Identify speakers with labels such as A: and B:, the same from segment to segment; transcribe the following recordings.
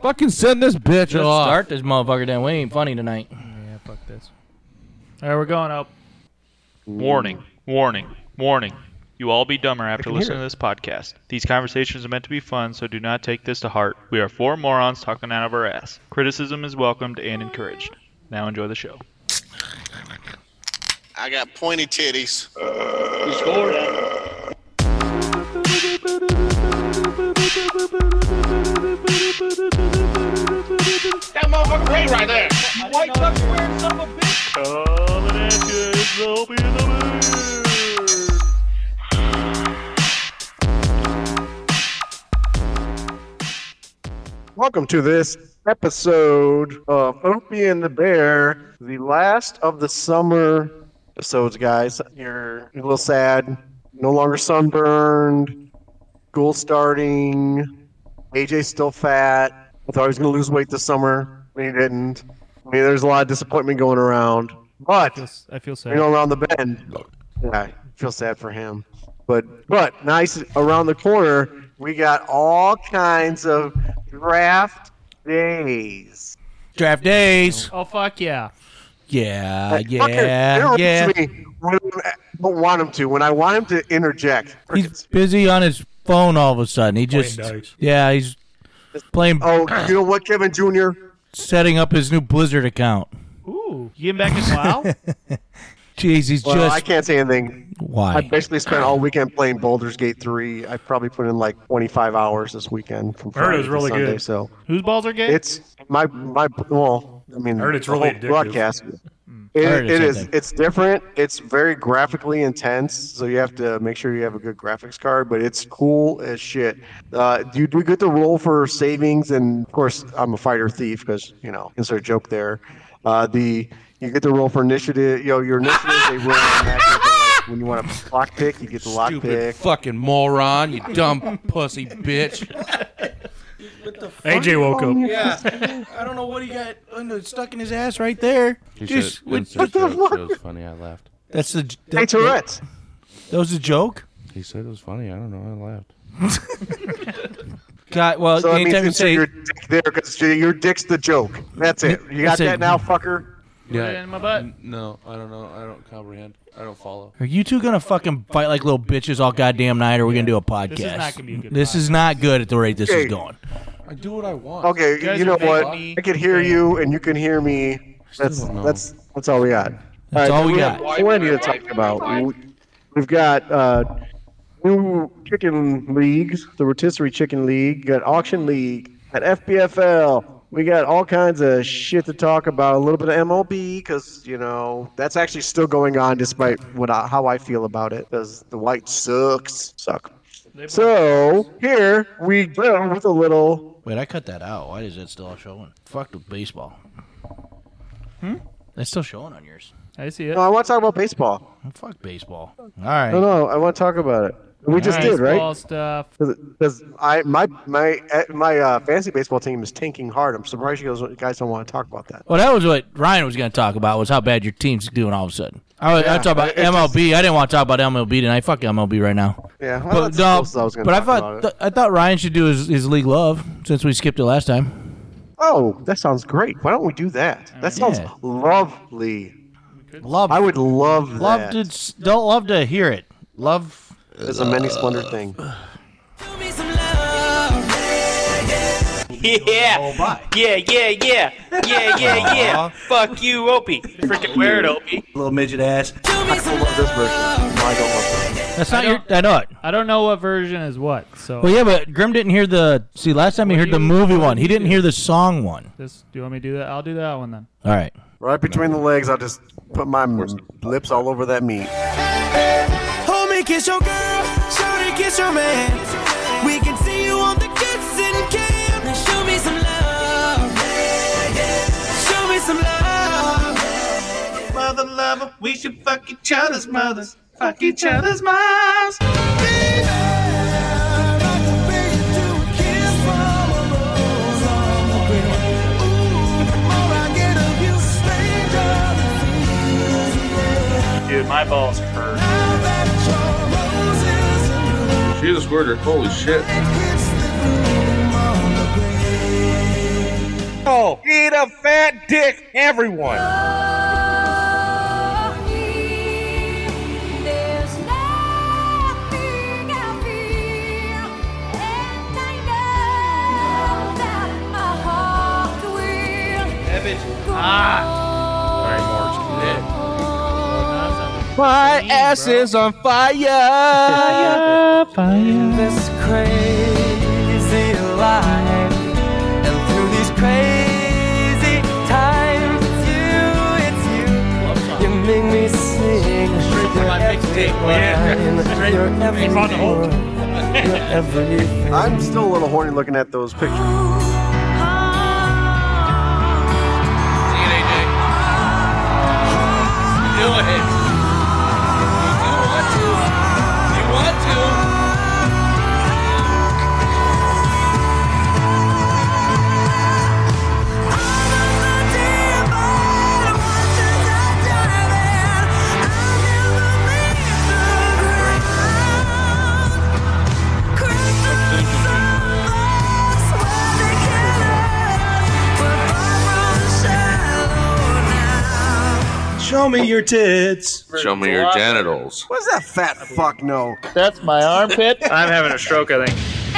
A: Fucking send this bitch
B: Just
A: off.
B: start this motherfucker. Then we ain't funny tonight.
C: Yeah, fuck this. All right, we're going up.
D: Warning, warning, warning. You all be dumber
C: Mm.
D: after
C: can hear
D: listening to this podcast. These conversations are meant to be fun, so do not take this to heart. We are four morons talking out of our ass. Criticism is welcomed and encouraged. Now enjoy the show.
E: I got pointy titties.
F: That motherfucker rain right there. White duck square son of a bitch.
G: Welcome to this episode of Opie and the Bear, the last of the summer episodes, guys. You're a little sad, no longer sunburned, school starting, AJ's still fat. I thought he was going to lose weight this summer, but he didn't. I mean, there's a lot of disappointment going around, but
C: Yes, I feel sad.
G: you know, around the bend. Yeah, I feel sad for him. But but nice around the corner, we got all kinds of draft days.
A: Draft days.
C: oh fuck yeah!
A: Yeah,
G: Like, fucker
A: Uh, yeah,
G: interrupts
A: yeah.
G: me when I don't want him to. When I want him to interject,
A: He's busy on his phone all of a sudden. He just,
C: dice.
A: yeah, he's playing,
G: oh, you know what, Kevin Jr.
A: setting up his new Blizzard account.
C: Ooh, you getting back in WoW?
A: Jeez, he's
G: Well, I
A: just
G: can't say anything. I
A: why?
G: basically spent all weekend playing Baldur's Gate 3. I probably put in like 25 hours this weekend from
H: heard
G: Friday
H: it was really
G: to Sunday,
H: good.
G: so
C: Whose balls are gay?
G: It's my my well, I mean,
H: I heard it's
G: the
H: really
G: whole
H: addictive. Mm.
G: broadcast.
A: heard the
G: It, it
A: same
G: is.
A: thing.
G: It's different. It's very graphically intense, so you have to make sure you have a good graphics card. But it's cool as shit. Uh, you do get the roll for savings, and of course, I'm a fighter thief because you know insert joke there. Uh, the you get the roll for initiative. You know your initiative. they roll on that. You get the, like, When you want to lock pick, you get the lock
A: Stupid
G: pick.
A: fucking moron, you dumb pussy bitch.
H: AJ woke up.
A: Yeah, I don't know what he got under- stuck in his ass right there.
I: He
A: Just-
I: said,
A: what-
I: insert
G: the
I: joke,
G: fuck?
I: said it was funny. I laughed.
A: That's the that,
G: Hey Tourette's.
A: That was a joke.
I: He said it was funny. I don't know. I laughed.
A: God, well,
G: So that means
A: anytime you
G: insert
A: say
G: your dick there because your dick's the joke. That's it. You got
A: Listen.
G: that now, fucker.
I: Yeah.
C: it in my butt?
I: N- No, I don't know. I don't comprehend. I don't follow.
A: Are you two gonna fucking fight like little bitches all goddamn night, or we're gonna do a podcast?
C: This is not gonna be a good
A: This is not good at the rate this
G: Hey.
A: is going.
I: I do what I want.
G: Okay, you,
C: guys are
G: know what?
C: making me-
G: I could hear you, and you can hear me. That's
I: don't know.
G: that's that's all we got.
A: That's all we got.
G: have plenty to talk about. We- We've got uh, new chicken leagues, the rotisserie chicken league. Got auction league at FBFL. We got all kinds of shit to talk about. A little bit of MLB because you know that's actually still going on, despite what I, how I feel about it. Because the white sucks, suck. So here we go with a little
A: Wait, I cut that out. Why is that still showing? Fuck with baseball. Hmm? That's still showing on yours.
C: I see it.
G: No, I want to talk about baseball.
A: Well, fuck baseball. All right.
G: No, no, I want to talk about it. We just did,
C: Baseball
G: right?
C: stuff.
G: Because I my my eh, my uh, fantasy baseball team is tanking hard. I'm surprised you guys, you guys don't want to talk about that.
A: Well, that was what Ryan was going to talk about was how bad your team's doing all of a sudden. I, was I talk about
G: it just-
A: MLB. I didn't want to talk about MLB tonight. Fuck MLB right now.
G: Yeah, well,
A: But
G: that's
A: no,
G: close, I was gonna
A: but I
G: talk
A: thought
G: about it.
A: th- I thought Ryan should do his, his league love since we skipped it last time.
G: Oh, that sounds great. Why don't we do that? That sounds
A: Mm, Yeah.
G: lovely.
A: Love,
G: I would love
A: love
G: that.
A: to s- don't love to hear it. Love.
G: It's a many splendor thing.
F: Yeah. Yeah, yeah, yeah. Yeah, yeah, yeah. Fuck you, Opie. Freaking wear it, Opie.
G: I don't love this version. No, I don't love this.
A: That's not your. I know it.
C: I don't know what version is what. So
A: Well, yeah, but Grim didn't hear the. See, last time he heard the movie one. He didn't hear the song one.
C: this, do you want me to do that? I'll do that one then.
A: All right.
G: Right between the legs, I'll just put my lips all over that meat.
J: Homie, kiss your girl. Shorty, kiss your man. We can see you on the kissing cam. Now show me some love. Show me some love.
F: Mother lover, we should fuck each other's mothers. Fuck each other's moms.
J: Baby, I like the way you do a kiss from a rose on the ground. Ooh, the more I get of you, stranger, it feels good.
D: Dude, my balls hurt.
J: Now that your rose is blue,
I: She's a squirter. Holy shit.
J: it hits the groove on the ground. Oh, eat a fat dick, everyone. Ah.
A: My ass is on fire.
E: This crazy life, and through these crazy times, it's you, it's you. You make me sing. You're everything. You're everything. You're everything.
G: I'm still a little horny looking at those pictures.
J: Show me your tits.
K: Show me your genitals.
G: What's that fat fuck no?
A: That's my armpit.
L: I'm having a stroke, I think.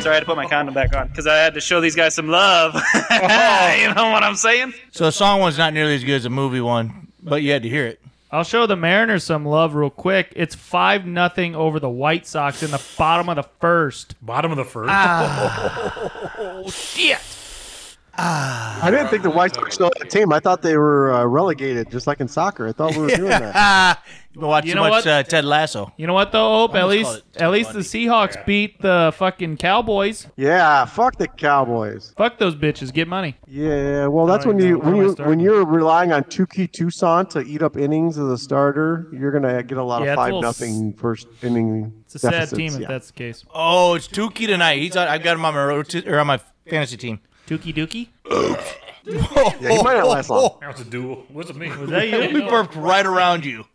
F: Sorry, I had to put my condom back on because I had to show these guys some love. you know what I'm saying?
C: So the song one's not nearly as good as the movie one, but you had to hear it.
H: I'll show the Mariners some love real quick. It's five nothing over the White Sox in the bottom of the first.
D: Bottom of the first.
G: I didn't think the White Sox still had a team. I thought they were uh, relegated, just like in soccer. I thought we were doing that.
C: You've been watching
H: You
C: too
H: know
C: much
H: what?
C: uh, Ted Lasso.
H: You know what though, Ope? At
C: Almost
H: least
C: called it
H: at least the Seahawks beat the fucking Cowboys.
G: Yeah, fuck the Cowboys.
H: Fuck those bitches. Get money.
G: Yeah, well, that's
H: I
G: when you
H: know. Where
G: when
H: do I
G: you
H: start?
G: when you're relying on Tuki Tucson to eat up innings as a starter, you're gonna get a lot
H: Yeah,
G: of
H: it's a
G: five
H: little
G: nothing first inning.
H: It's a sad
G: deficits,
H: team if
G: yeah.
H: that's the case.
C: Oh, it's Tukey tonight. He's on, I've got him on my roti- or on my fantasy team.
H: Dookie Dookie.
G: Yeah, he might not last long.
D: That was a duel. What's it me? Was
H: that you?
C: We burped right around you.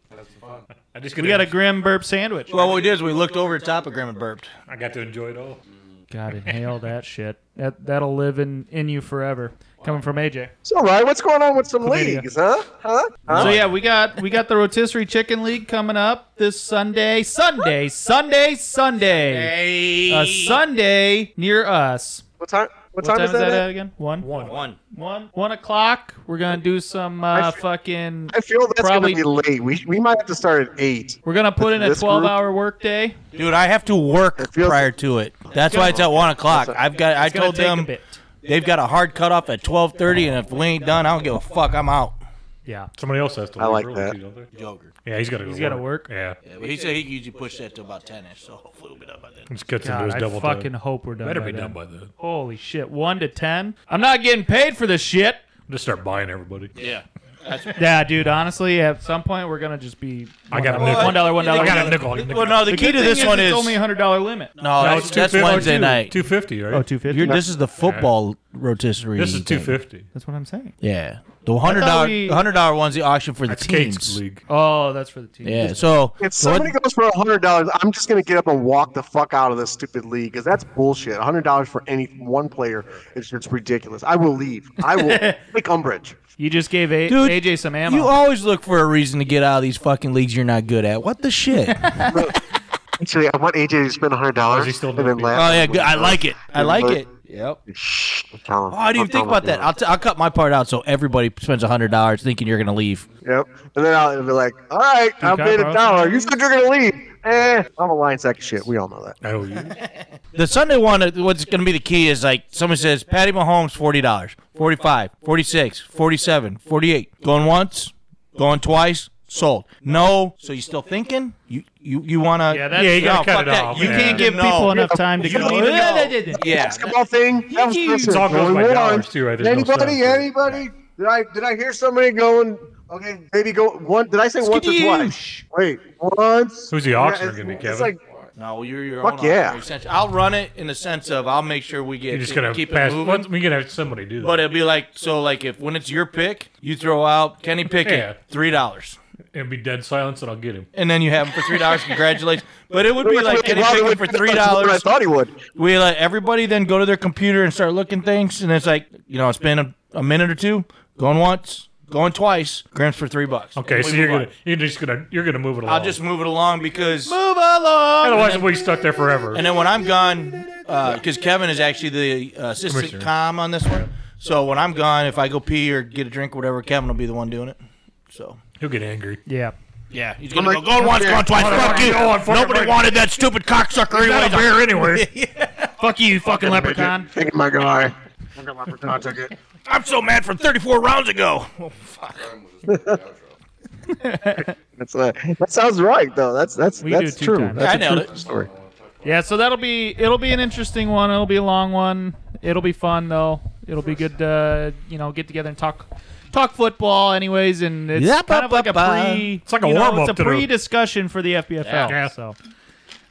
D: I just
H: We
D: couldn't-
H: got a grim burp sandwich.
C: Well, what we did is we looked over the top of Graham and burped.
D: I got to enjoy it all.
H: God, inhale that shit. That that'll live in in you forever. Coming from AJ.
G: It's all right. What's going on with some
H: Chlamydia.
G: leagues, huh? Huh? Huh?
H: So yeah, we got we got the rotisserie chicken league coming up this Sunday, Sunday, Sunday, Sunday, a Sunday near us.
G: What time? What,
H: What
G: time, is that? at?
H: at again? One, one,
D: One.
C: One.
H: one, one o'clock. We're gonna do some uh,
G: I feel-
H: fucking.
G: I feel that's
H: Probably-
G: gonna be late. We we might have to start at eight.
H: We're gonna put in a
G: This group?
H: twelve-hour workday.
C: Dude, I have to work
G: It feels-
C: prior to it. That's why it's at one o'clock. I've got. I
H: It's gonna
C: told
H: take
C: them
H: a bit.
C: they've got a hard cutoff at twelve thirty, and if we ain't done, I don't give a fuck. I'm out.
H: Yeah,
D: Somebody else has to.
G: I
D: leave
G: like
D: early
G: that.
D: Too, don't they?
C: Joker.
D: Yeah, he's got to go.
H: he's
D: got
H: gotta work.
D: Yeah,
C: he said he usually pushed that to about ten-ish, so hopefully we'll be done by then.
D: just cuts into
H: God,
D: his
H: I
D: double.
H: fucking
D: time.
H: hope we're done.
D: Better
H: by
D: be
H: then.
D: done by then.
H: Holy shit! One to ten. I'm not getting paid for this shit.
D: Just start buying everybody.
C: Yeah.
H: Yeah, dude. Honestly, at some point we're gonna just be.
D: I got a
H: $1,
D: nickel.
H: One dollar. One dollar.
D: I got
H: one
D: a nickel. I got a nickel.
C: Well, no, the,
H: The
C: key
H: good
C: to this
H: thing
C: one
H: it's
C: is
H: only a hundred dollar limit.
C: no, that's, that's
D: 250.
C: Wednesday night.
D: Two fifty, right?
H: Oh, 250.
C: You're, this is the football rotisserie.
D: This is
C: thing.
D: two fifty.
H: That's what I'm saying.
C: Yeah, the hundred dollar
H: we-
C: hundred dollar one's the auction for the
D: That's Kate's
C: teams.
D: league.
H: Oh, that's for the team.
C: Yeah, so
G: If
C: so what-
G: somebody goes for hundred dollars, I'm just gonna get up and walk the fuck out of this stupid league because that's bullshit. hundred dollars for any one player is just ridiculous. I will leave. I will take umbrage.
H: You just gave a-
C: Dude,
H: AJ some ammo.
C: you always look for a reason to get out of these fucking leagues you're not good at. What the shit?
G: Actually, I want AJ to spend hundred
D: Is he
G: dollars
D: still
G: and then
D: doing
G: laugh.
C: Oh yeah, good. I like it. I like it. Yep.
G: Shh, tell him.
C: Oh, I didn't even think about that. I'll, t- I'll cut my part out so everybody spends hundred dollars thinking you're gonna leave.
G: Yep. And then I'll be like, "All right, I
H: can I
G: made a
H: borrow
G: dollar.
H: some
G: You said you're gonna leave. Eh, I'm a lying sack of shit. We all know that.
D: I owe you.
C: The Sunday one, uh, what's gonna be the key is like someone says Patty Mahomes forty dollars, 45, 46, 47, 48. Going once, going twice, sold. No, so you still thinking? You you you wanna?
H: Yeah, that's-
D: Yeah, you
C: No,
D: gotta cut
C: fuck
D: it
C: that.
D: off.
C: You
D: yeah.
C: can't give
H: people
C: no.
H: enough time to
C: You
H: go.
C: need to
H: Yeah,
C: know.
H: they did.
C: Yeah.
G: Basketball thing. That was
D: It's all goes by
G: Only one.
D: dollars too, right? There's no
G: Anybody?
D: cents.
G: anybody? Did I did I hear somebody going? Okay, maybe go one. Did I say once or twice? Wait, once.
D: Who's the
G: Yeah,
D: auctioner
G: it's-
D: gonna be,
G: It's
D: Kevin?
G: like
C: No, you're your
G: Fuck
C: own
G: yeah.
C: honorary censor. I'll run it in the sense of I'll make sure we get
D: You're just gonna
C: keep
D: pass.
C: it moving.
D: What, we're gonna have somebody do that.
C: But it'll be like so like if when it's your pick, you throw out Kenny Pickett
D: Yeah.
C: three dollars,
D: It'll be dead silence, and I'll get him.
C: and then you have him for three dollars. Congratulations! But it would be
G: Well,
C: like Kenny
G: Robert
C: Pickett
G: would
C: for
G: do that
C: three
G: much more than I
C: dollars.
G: thought he would.
C: We let everybody then go to their computer and start looking things, and it's like you know it's been a, a minute or two, going once, going twice, grams for three bucks.
D: Okay,
C: And
D: so
C: we
D: you're
C: move on.
D: gonna you're just gonna you're gonna move it along.
C: I'll just move it along because
H: Move along.
D: otherwise we'll be stuck there forever.
C: And then when I'm gone, because Kevin is actually the uh, assistant
D: Commissioner.
C: com on this one. So when I'm gone, if I go pee or get a drink or whatever, Kevin will be the one doing it. So
D: He'll get angry.
H: Yeah.
C: yeah, he's gonna go going once, going twice. Fuck you!
D: Go on, fucking
C: Nobody
D: right.
C: wanted that stupid cocksucker
D: He's not a
C: anyway.
D: bear anyway.
H: Fuck you, fucking leprechaun.
G: Thank you, my guy.
C: I'm so mad from 34 rounds ago. Oh,
G: That's uh, that sounds right though. That's that's
H: We do
G: that's
H: two
G: true.
H: times.
G: That's
C: I
G: a
C: nailed
G: true
C: it.
G: Story.
H: Yeah, so that'll be it'll be an interesting one. It'll be a long one. It'll be fun though. It'll be good to uh, you know get together and talk talk football anyways and it's
C: Yeah,
H: kind of like a
C: ba-ba-ba.
H: pre
D: It's like a
H: you know,
D: warm-up
H: It's
D: to
H: a
D: the-
H: pre-discussion for the FBFL.
D: Yeah. At
H: So
D: least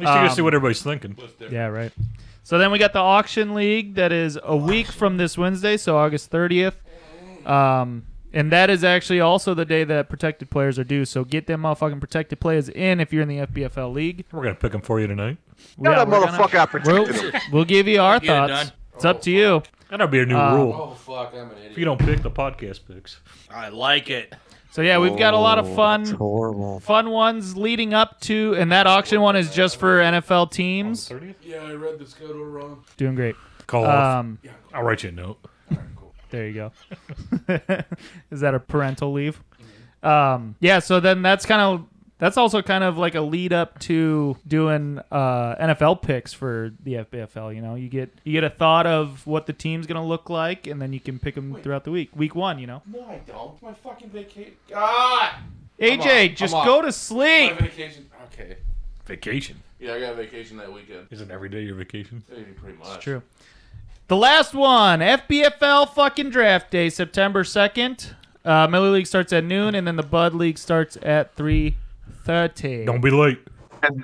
D: you
H: Um,
D: can see what everybody's thinking.
H: yeah, right. So then we got the auction league that is a week from this Wednesday, so August 30th. Um, and that is actually also the day that protected players are due. So get them motherfucking protected players in if you're in the FBFL league.
D: We're gonna pick him for you tonight.
G: Tell
H: Yeah,
G: that
H: we're gonna-
G: motherfucker I protected him.
H: We'll, we'll give you our
C: Get it
H: thoughts.
C: done.
H: It's up to you.
D: That'll be a new
H: Um,
D: rule.
I: Oh fuck, I'm an idiot.
D: If you don't pick, the podcast picks.
C: I like it.
H: So yeah, we've got a lot of fun
G: Horrible.
H: fun ones leading up to and that auction one is just for NFL teams.
I: Yeah, I read the schedule wrong.
H: Doing great.
D: Call off.
H: Um
D: I'll write you a note.
H: There you go. Is that a parental leave?
I: Mm-hmm.
H: Um, yeah. So then that's kind of that's also kind of like a lead up to doing uh, NFL picks for the FBFL. You know, you get you get a thought of what the team's gonna look like, and then you can pick them throughout the week. Week one, you know.
I: No, I don't. My fucking vacation. God.
H: AJ,
I: off.
H: just
I: I'm
H: go
I: off.
H: to
I: My
H: sleep.
I: vacation. Okay.
D: Vacation.
I: Yeah, I got vacation that weekend.
D: Isn't every day your vacation?
I: Pretty much.
H: It's true. The last one, FBFL fucking draft day, September second. Uh, Miller League starts at noon, and then the Bud League starts at three thirty.
D: Don't be late.
G: And,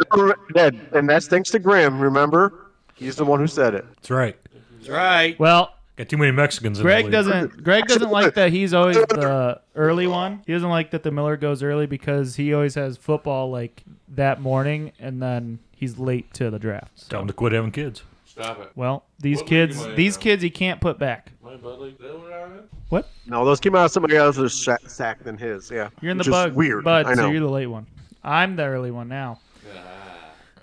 G: that- and that's thanks to Graham. Remember, he's the one who said it.
D: That's right.
C: That's right.
H: Well,
D: Got too many Mexicans. in the
H: Greg
D: league.
H: doesn't. Greg doesn't like that he's always the early one. He doesn't like that the Miller goes early because he always has football like that morning, and then he's late to the draft.
D: Tell him to quit having kids.
I: Stop it.
H: Well, these
I: What league
H: kids,
I: am I in
H: these
I: now?
H: kids, he can't put back.
I: My buddy. They were on it.
H: What?
G: No, those came out of somebody else's sa- sack than his. Yeah,
H: You're in
G: Which
H: the
G: is
H: bug.
G: Weird.
H: Bud,
G: I know.
H: so you're the late one. I'm the early one now.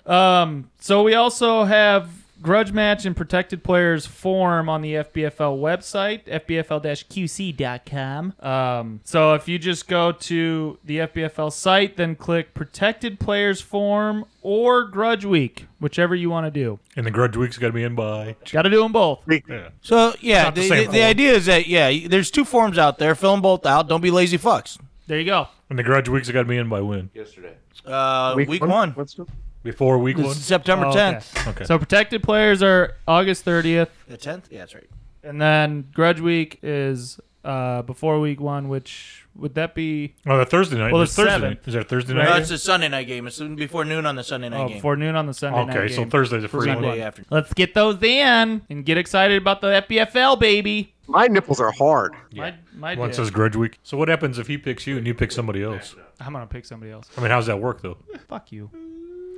H: Um, so we also have grudge match and protected players form on the FBFL website, fbfl-qc.com. Um, so if you just go to the FBFL site, then click protected players form or grudge week, whichever you want to do.
D: And the grudge week's got to be in by.
H: Got to do them both.
D: Yeah.
C: So yeah,
D: not the
C: the,
D: same
C: the, the
D: form.
C: idea is that yeah, there's two forms out there. Fill them both out. Don't be lazy fucks.
H: There you go.
D: And the grudge week's got to be in by when?
I: Yesterday.
C: Uh, week, one,
G: What's the-
D: Before week
C: This
D: one.
C: is September
H: Oh,
C: 10th.
H: okay.
D: Okay.
H: So protected players are August 30th.
C: The 10th? Yeah, that's right.
H: And then Grudge Week is uh, before Week One, which would that be
D: oh, that Thursday night.
H: Well,
D: There's
H: the
D: Thursday night.
H: seventh.
D: Is there a Thursday
C: No,
D: night?
C: it's a Sunday night game. It's before noon on the Sunday night
H: oh,
C: game.
H: before noon on the Sunday night?
D: okay, so
H: game.
D: Thursday's a free
C: Sunday
D: one.
C: afternoon.
H: Let's get those in and get excited about the FBFL, baby.
G: My nipples are hard.
D: Yeah.
H: My, my
D: One
H: dick.
D: says grudge week. So what happens if he picks you and you pick somebody else?
H: I'm gonna pick somebody else.
D: I mean, how's that work though?
H: Fuck you.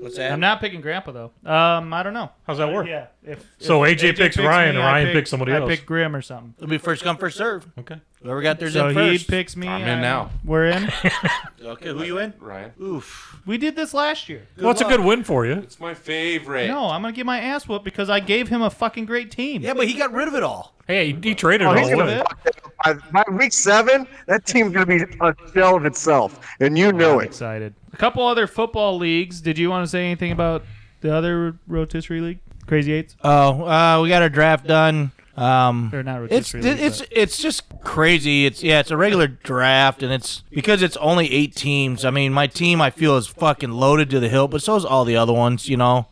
C: What's that?
H: I'm not picking Grandpa though. Um, I don't know.
D: How's that work?
H: Yeah. If
D: So AJ picks Ryan
H: me,
D: and
H: I
D: Ryan
H: pick-
D: picks somebody
H: I
D: else.
H: pick Grim or something.
C: It'll be first come, first serve.
D: Okay.
C: Whoever got theirs
H: So
C: in
H: he
C: first.
H: picks me.
I: I'm in now.
H: We're in.
C: Okay, who you in?
I: Ryan.
C: Oof.
H: we did this last year.
D: well, it's a good win for you.
I: It's my favorite.
H: No, I'm gonna get my ass whooped because I gave him a fucking great team.
C: Yeah, but he got rid of it all.
D: Hey, he, he traded all
G: he's
D: the
G: gonna
D: way.
G: fuck that up. by, by week seven, that team's gonna be a shell of itself, and you know it.
H: excited. A couple other football leagues. Did you want to say anything about the other rotisserie league? Crazy Eights?
C: Oh, uh, we got our draft done. Um,
H: Or not
C: it's
H: rotisserie league,
C: it's it's just crazy. It's yeah, it's a regular draft, and it's because it's only eight teams. I mean, my team I feel is fucking loaded to the hilt, but so is all the other ones, you know.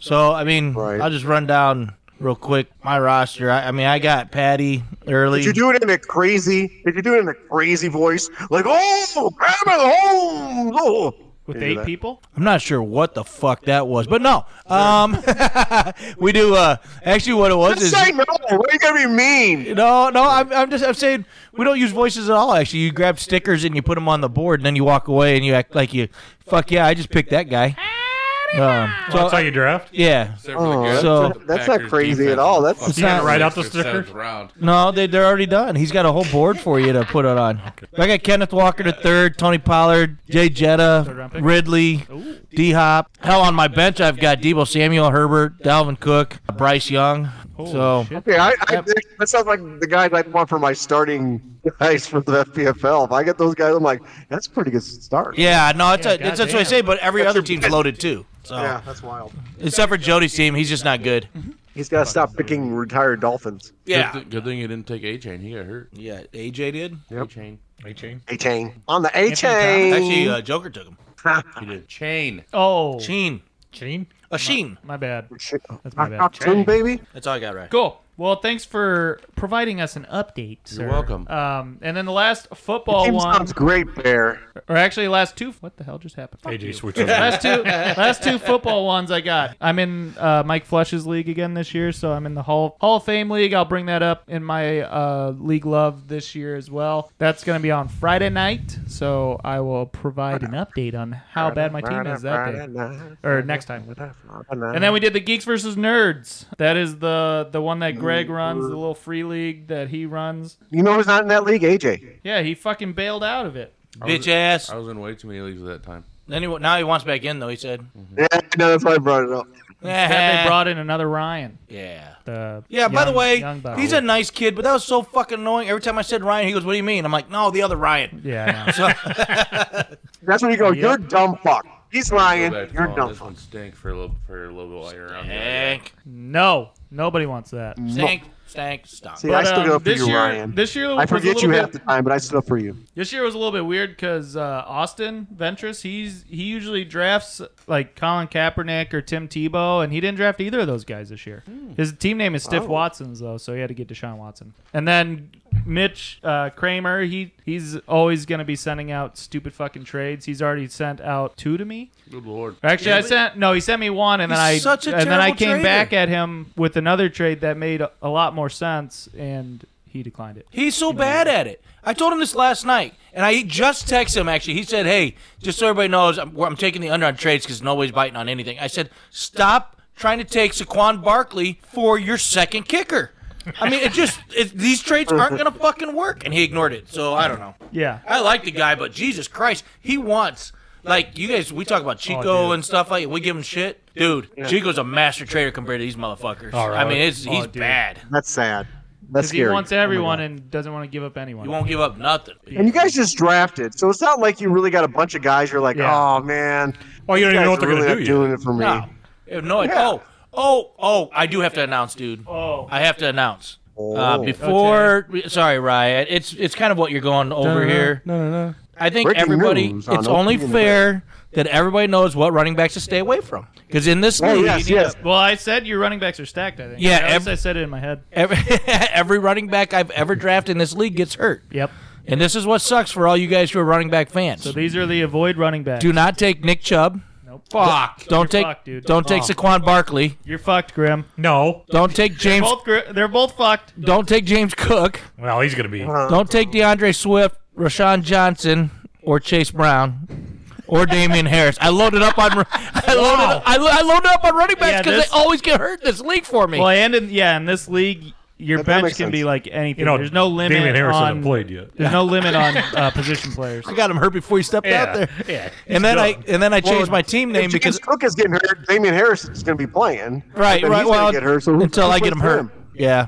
C: So I mean,
G: Right.
C: I'll just run down real quick my roster. I, I mean, I got Patty early.
G: Did you do it in a crazy? Did you do it in a crazy voice? Like, oh, grab it home! Oh,
H: with
C: Into
H: eight
C: that.
H: people.
C: I'm not sure what the fuck that was, but no. Um, we do. Uh, actually, what it was is
G: say no. What are you gonna be mean?
C: No, no. I'm, I'm just. I'm saying we don't use voices at all. Actually, you grab stickers and you put them on the board, and then you walk away and you act like you, fuck yeah, I just picked that guy. Um, so
D: that's how you draft.
C: Yeah.
G: Oh,
C: so
G: that's, that's not crazy at all. That's
C: It's not- No, they, they're already done. He's got a whole board for you to put it on. I got Kenneth Walker the third, Tony Pollard, Jay Jetta, Ridley, D Hop. Hell, on my bench, I've got Debo Samuel, Herbert, Dalvin Cook, Bryce Young. so
G: Okay, I, I, that sounds like the guys I'd want for my starting guys for the FPFL. If I get those guys, I'm like, that's a pretty good start.
C: yeah, no, it's a, it's, that's what I say. But every
G: That's
C: other
G: a-
C: team's loaded too. So
G: Yeah, that's wild.
C: except for Jody's team, he's just not good.
G: He's got to stop picking retired Dolphins.
C: Yeah.
I: Good, thi- good thing you didn't take A Chain. He got hurt.
C: Yeah, AJ did.
G: Yep.
I: Chain.
D: A chain.
G: A chain on the A chain.
C: Actually, uh, Joker took him.
I: He did. Chain.
H: Oh,
C: Sheen.
D: Chain.
C: A Sheen.
H: my bad. That's my bad.
G: top ten, baby.
C: That's all I got right.
H: Cool. Well, thanks for providing us an update. Sir.
I: welcome.
H: Um, and then the last football
G: Team
H: one,
G: sounds great, Bear.
H: or actually last two. What the hell just happened?
D: AJ switches.
H: last two last two football ones I got. I'm in uh, Mike Flush's league again this year, so I'm in the Hall Hall of Fame league. I'll bring that up in my uh, league love this year as well. That's going to be on Friday night, so I will provide an update on how bad my team is that day or next time. And then we did the Geeks versus Nerds. That is the the one that Greg runs, the little free league that he runs.
G: you know who's not in that league? AJ.
H: Yeah, he fucking bailed out of it.
C: Bitch ass.
I: I was in way too many leagues at that time.
C: Then he, now he wants back in though. He said.
G: Yeah, no, that's why I brought it up.
H: That
C: "Eh."
H: they brought in another Ryan.
C: yeah.
H: The
C: Yeah, by the
H: young-
C: way,
H: young buck.
C: he's a nice kid, but that was so fucking annoying. Every time I said Ryan, he goes, What do you mean? I'm like, No, the other Ryan.
H: yeah. I know.
G: That's when you
H: Oh,
G: go, you're dumb fuck. He's lying.
I: Go back to
G: You're
I: calling
G: dumb
I: This
G: fuck.
I: one stink for a little for a little while you're around.
C: Stank,
H: No, nobody wants that.
C: stank, stank, stunk.
G: See, I still
H: um,
G: go for
H: this
G: you,
H: year,
G: Ryan.
H: This year,
G: I
H: was a
G: forget
H: little
G: you
H: bit,
G: half the time, but I still for you.
H: This year was a little bit weird because uh, Austin Ventress, he's he usually drafts like Colin Kaepernick or Tim Tebow, and he didn't draft either of those guys this year.
C: Hmm.
H: His team name is Stiff
C: Oh.
H: Watson's though, so he had to get Deshaun Watson. And then Mitch uh, Kramer, he he's always going to be sending out stupid fucking trades. He's already sent out two to me.
I: Good lord.
H: Actually, I sent no. He sent me one, and then
C: He's
H: I
C: such a
H: and then I
C: terrible
H: came
C: trader.
H: back at him with another trade that made a, a lot more sense, and he declined it.
C: He's so bad at it. I told him this last night, and I just texted him actually. He said, Hey, just so everybody knows, I'm, I'm taking the under on trades because nobody's biting on anything. I said, Stop trying to take Saquon Barkley for your second kicker. I mean, it just, it, these trades aren't going to fucking work. And he ignored it. So I don't know.
H: Yeah,
C: I like the guy, but Jesus Christ, he wants like you guys. We talk about Chico
H: Oh, dude.
C: and stuff like we give him shit, dude. Chico's a master trader compared to these motherfuckers.
D: All
C: I
D: right.
C: mean, it's,
H: Oh,
C: he's
H: dude.
C: bad.
G: That's sad. That's
H: because he
G: scary. Oh
H: wants everyone and doesn't want to give up anyone.
C: He won't give up nothing.
G: and you guys just drafted, so it's not like you really got a bunch of guys. You're like,
H: Yeah. Uh,
G: oh man,
D: Well, you don't
G: these
D: even know
G: guys
D: what they're
G: are really
D: gonna
G: not
D: do yet.
G: doing it for me.
C: No, no. it-
G: Yeah.
C: Oh, oh, oh! I do have to announce, dude.
H: Oh.
C: I have to announce. Uh,
G: Oh.
C: before, sorry, Ryan. It's it's kind of what you're going over here.
I: No, no, no.
C: I think
G: Breaking
C: everybody.
G: news on
C: It's only
G: opening
C: fair that everybody knows what running backs to stay away from. Because in this
G: Oh
C: league,
G: yes, yes.
H: Well, I said your running backs are stacked. I think.
C: Yeah,
H: At least
C: ev-
H: I said it in my head.
C: every, every running back I've ever drafted in this league gets hurt.
H: Yep.
C: And this is what sucks for all you guys who are running back fans.
H: So these are the avoid running backs.
C: Do not take Nick Chubb.
H: Nope.
C: Fuck. Don't
H: You're
C: take
H: fucked, dude. Oh.
C: don't take Saquon Barkley.
H: You're fucked, Grim.
D: No.
C: Don't take James.
H: Both gr- they're both fucked.
C: Don't take James Cook.
D: Well, he's gonna be.
C: Don't take DeAndre Swift, Rashawn Johnson, or Chase Brown, or Damian Harris. I loaded up on. I loaded. I, lo- I loaded up on running
H: Yeah,
C: backs because
H: this-
C: they always get hurt in this league for me.
H: Well, and in, yeah, in this league, your
G: That- that
H: bench
G: makes
H: can be
G: sense.
H: like anything.
D: You know,
H: there's no limit
D: Damian Harris
H: on.
D: hasn't played yet.
H: There's no limit on uh, position players.
C: I got him hurt before he stepped out there.
D: yeah.
C: And then I and then I changed
G: Well,
C: my team
G: If
C: name because
G: James Cook is getting hurt, Damian Harris is going to be playing.
C: Right,
G: Then
C: right.
G: He's
C: Well,
G: gonna get hurt, so who-
C: until
G: who
C: I get
G: plays
C: him
G: for
C: hurt.
G: him?
C: Yeah.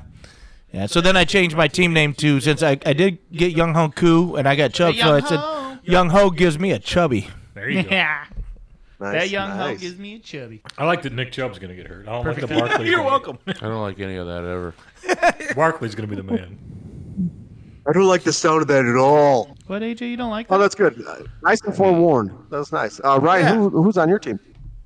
C: Yeah. So then I changed my team name to since I, I did get Young Ho Koo and I got Chubb. so I
H: Young Ho.
C: said Young Ho gives me a chubby.
D: There you go.
H: Yeah.
G: Nice,
H: That young hoe
G: nice.
H: gives me a chubby.
D: I like that Nick Chubb's gonna get hurt. I don't like the Barkley.
I: I don't like any of that ever.
D: Barkley's gonna be the man.
G: I don't like the sound of that at all.
H: What AJ? You don't like
G: Oh,
H: that
G: that's good. Uh, Nice and forewarned. That was nice. Uh, Ryan, who, who's on your team?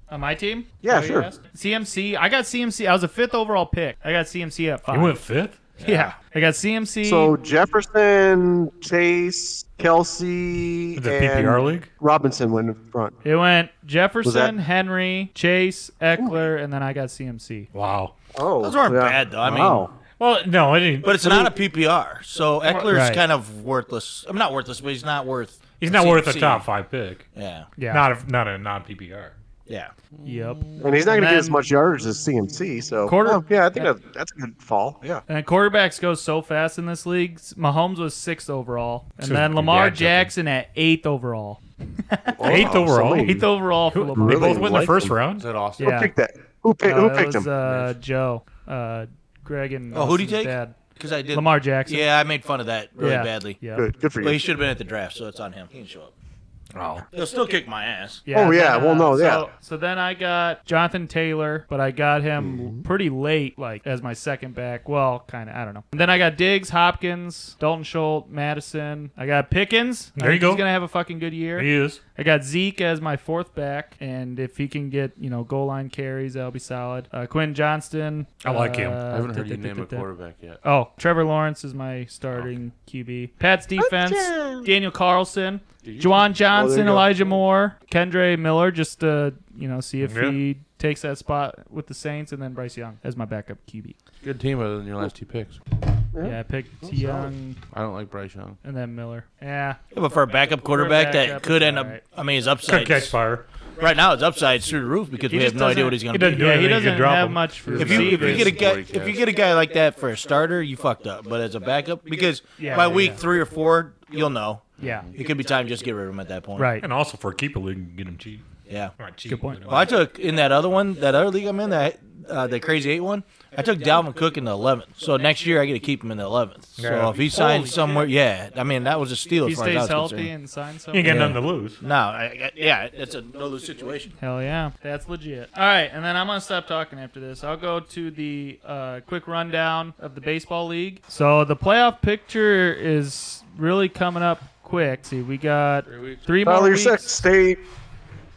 H: on Uh, my team?
G: Yeah,
H: Is that what
G: sure.
H: you asked? CMC. I got CMC. I was a fifth overall pick. I got CMC at
D: You
H: five.
D: went fifth.
H: Yeah. I got CMC.
G: So Jefferson, Chase, Kelsey,
H: The
G: and
H: PPR league?
G: Robinson went in front.
H: it went
G: Was that-
H: Jefferson, Henry, Chase, Eckler, and then I got CMC.
D: Wow.
G: Oh,
C: Those weren't
G: yeah.
C: bad though. I mean,
G: Wow.
D: Well, no, I didn't.
C: but it's
D: I mean,
C: not a PPR, so Eckler's
H: Right.
C: kind of worthless. I'm not worthless, but he's not worth.
D: He's not
C: C-
D: worth a
C: C-
D: top five pick.
C: Yeah,
H: Yeah.
D: Not a, not a non PPR.
C: yeah.
H: Yep.
G: and he's not going to
H: then-
G: get as much yardage as CMC. So
H: Quarter-
G: Oh, yeah, I think that, that's a good fall. Yeah.
H: And quarterbacks go so fast in this league. Mahomes was sixth overall, and
D: So
H: then
D: your
H: Lamar
D: dad took him.
H: Jackson at eighth overall.
D: Eighth
G: Wow,
D: overall?
G: somebody-
H: Eighth overall for Lamar.
D: They
G: Really
D: both win the
G: like
D: first
G: him.
I: Is
D: round.
I: that Austin?
G: Who
H: Yeah.
G: picked that? Who, pick,
H: No,
G: who
H: that
G: picked
H: was,
G: him?
H: Uh, Joe, uh, Greg, and
C: Oh, who'd he
H: Austin's
C: take?
H: Dad.
C: Because I did.
H: Lamar Jackson.
C: Yeah, I made fun of that really
H: Yeah.
C: badly.
H: Yeah.
G: good, good for
C: But he
G: you.
C: should have been at the draft, so it's on him. He didn't show up.
D: Oh.
C: He'll still kick my ass.
G: Oh, yeah. Well, no,
H: uh, so,
G: yeah.
H: So then I got Jonathan Taylor, but I got him pretty late, like as my second back. Well, kind of. I don't know. And then I got Diggs, Hopkins, Dalton Schultz, Madison. I got Pickens. I
D: There you
H: think He's
D: go.
H: gonna have a fucking good year.
D: He is.
H: I got Zeke as my fourth back, and if he can get you know goal line carries, that'll be solid. Uh, Quinn Johnston.
D: I like him.
H: uh,
I: I haven't heard
H: da-
I: you
H: da-
I: name
H: da-
I: a
H: da-
I: quarterback yet.
H: Oh, Trevor Lawrence is my starting QB. Pat's defense: Daniel Carlson, Juwan
G: Oh, there
H: Johnson,
G: you go.
H: Elijah Moore, Kendra Miller. Just to you know, see if
D: Yeah.
H: he takes that spot with the Saints, and then Bryce Young as my backup QB.
I: Good team other than your last two picks.
G: Yeah.
H: Yeah, I picked Young
I: I don't like Bryce Young.
H: and then Miller. Yeah,
C: Yeah, but for a backup quarterback that
H: backup,
C: could
H: it's
C: end up,
H: all right.
C: I mean, his
D: Could
C: upside
D: catch fire.
C: right now, his upside's through the roof because
H: He
C: we have
H: just
C: no idea
H: doesn't-
C: what he's going
D: He
C: to
D: doesn't
C: do.
D: do
H: yeah,
D: anything.
H: he
D: You
H: doesn't
D: drop
H: have
D: him.
H: much for
C: If you, if you
H: receivers.
C: get a guy
I: Forty
C: if you
I: catch.
C: get a guy like that for a starter, you fucked up. But as a backup, because
H: Yeah,
C: by
H: yeah,
C: week
H: yeah.
C: three or four, you'll know
H: yeah,
C: it could be time to just get rid of him at that point.
H: right.
D: And also for a keeper league, you can get him cheap.
C: Yeah.
D: All right, cheap.
H: Good point.
D: but-
C: Well, I took in that other one, that other league I'm in, that uh, the crazy eight one. I took Dalvin Cook in the 11th, so next year I get to keep him in the 11th. So
D: Yeah.
C: if he signs somewhere, yeah, I mean that was a steal.
H: He
C: as far as I
H: stays
C: was
H: healthy
C: concerned.
H: and signs
D: You
H: something.
D: ain't got
C: Yeah.
D: nothing to lose.
C: No, I, I- yeah, it's a no lose situation.
H: Hell yeah, that's legit. All right, and then I'm gonna stop talking after this. I'll go to the uh, quick rundown of the baseball league. So the playoff picture is really coming up quick. See, we got three more
G: Tyler, your
H: weeks,
G: sex tape.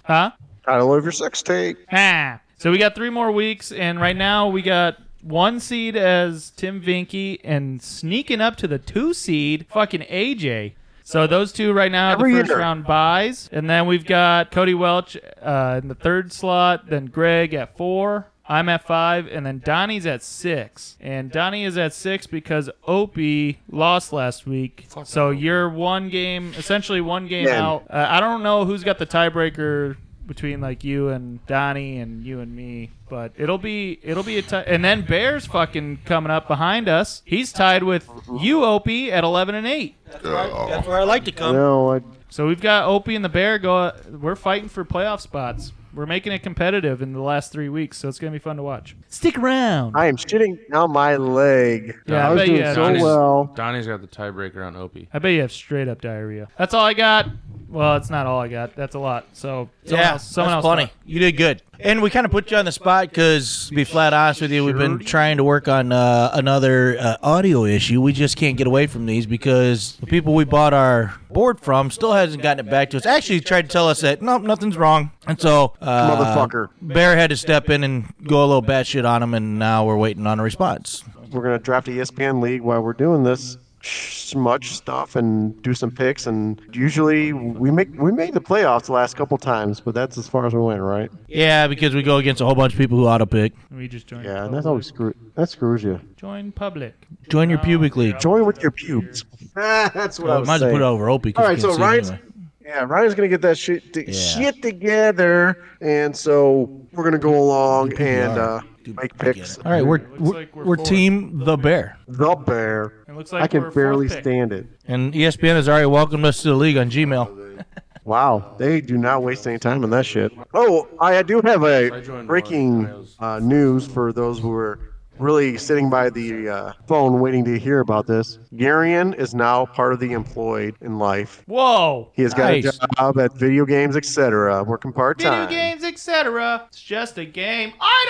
H: huh?
G: Tyler, your sex tape.
H: Ah. So we got three more weeks, and right now we got one seed as Tim Vinky, and sneaking up to the two seed, fucking AJ. So those two right now are the
G: Every
H: first
G: year.
H: round buys, and then we've got Cody Welch uh, in the third slot, then Greg at four. I'm at five, and then Donnie's at six. And Donnie is at six because Opie lost last week. so you're one game, essentially one game
G: Man.
H: out. Uh, I don't know who's got the tiebreaker between like you and Donnie and you and me, but it'll be it'll be a tie. And then Bears fucking coming up behind us. He's tied with you, Opie, at eleven and eight.
C: That's where I like to come.
G: No, I,
H: So we've got Opie and the Bear go. We're fighting for playoff spots. We're making it competitive in the last three weeks, so it's gonna be fun to watch. Stick around.
G: I am shitting down my leg.
H: Yeah,
G: I
H: I
G: was
H: bet
G: doing
H: you had
G: so
H: it.
G: well.
I: Donnie's got the tiebreaker on Opie.
H: I bet you have straight up diarrhea. That's all I got. Well, it's not all I got. That's a lot. So someone
C: yeah,
H: else, someone
C: that's
H: else.
C: funny. You did good, and we kind of put you on the spot because, to be flat honest with you, we've been trying to work on uh, another uh, audio issue. We just can't get away from these because the people we bought our board from still hasn't gotten it back to us. Actually, tried to tell us that nope, nothing's wrong, and so uh,
G: Motherfucker.
C: Bear had to step in and go a little batshit on him, and now we're waiting on a response.
G: We're gonna draft a E ESPN league while we're doing this smudge stuff and do some picks. And usually we make we made the playoffs the last couple times, but that's as far as we went, right?
C: Yeah, because we go against a whole bunch of people who auto pick.
H: We just joined.
G: Yeah,
H: public.
G: and that's always screw that screws you.
H: join public.
C: Join your pubic league.
G: Join with your pubes. that's what I
C: Well,
G: was
C: might as well
G: saying.
C: put it over Opie. 'cause
G: All
C: you
G: right,
C: can't
G: so
C: see
G: Ryan's
C: anyway.
G: yeah, Ryan's gonna get that shit to,
C: Yeah.
G: shit together, and so we're gonna go along and uh,
C: Do
G: make
C: PPR.
G: picks.
C: All right, we're we're,
H: like we're
C: we're
H: forward.
C: team the bear,
G: The bear.
H: It looks like
G: I
H: we're
G: can
H: fourth
G: barely
H: pick.
G: stand it.
C: and E ESPN has already welcomed us to the league on Gmail.
G: Wow, they do not waste any time on that shit. Oh, I, I do have
I: I
G: a
I: joined
G: breaking
I: Mario's.
G: uh, news for those who are really sitting by the uh, phone waiting to hear about this. Garion is now part of the employed in life.
H: Whoa.
G: He has got
C: Nice.
G: a job at video games, etc., working part
H: Video
G: time.
H: games, etc. It's just a game. I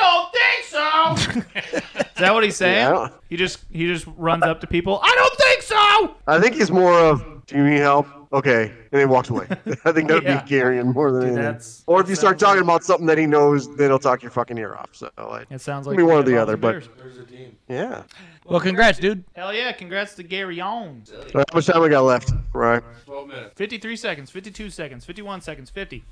H: don't think so. Is that what he's saying?
G: Yeah.
H: He just he just runs up to people. I don't think so.
G: I think he's more of, do you need help? okay, and he walks away. I think that would
H: Yeah.
G: be Garion more than
H: Dude,
G: anything.
H: that's-
G: Or if
H: that
G: you start
H: sounds like-
G: talking about something that he knows, then he'll talk your fucking ear off. So like,
H: It sounds
G: it'll
H: like
G: be one or the
H: we have all
G: other, but
H: Bears.
G: yeah.
C: Well, congrats, dude.
H: Hell yeah! Congrats to Gary on.
G: How much time we got left? Right.
H: 53 seconds, 52 seconds, 51 seconds, 50.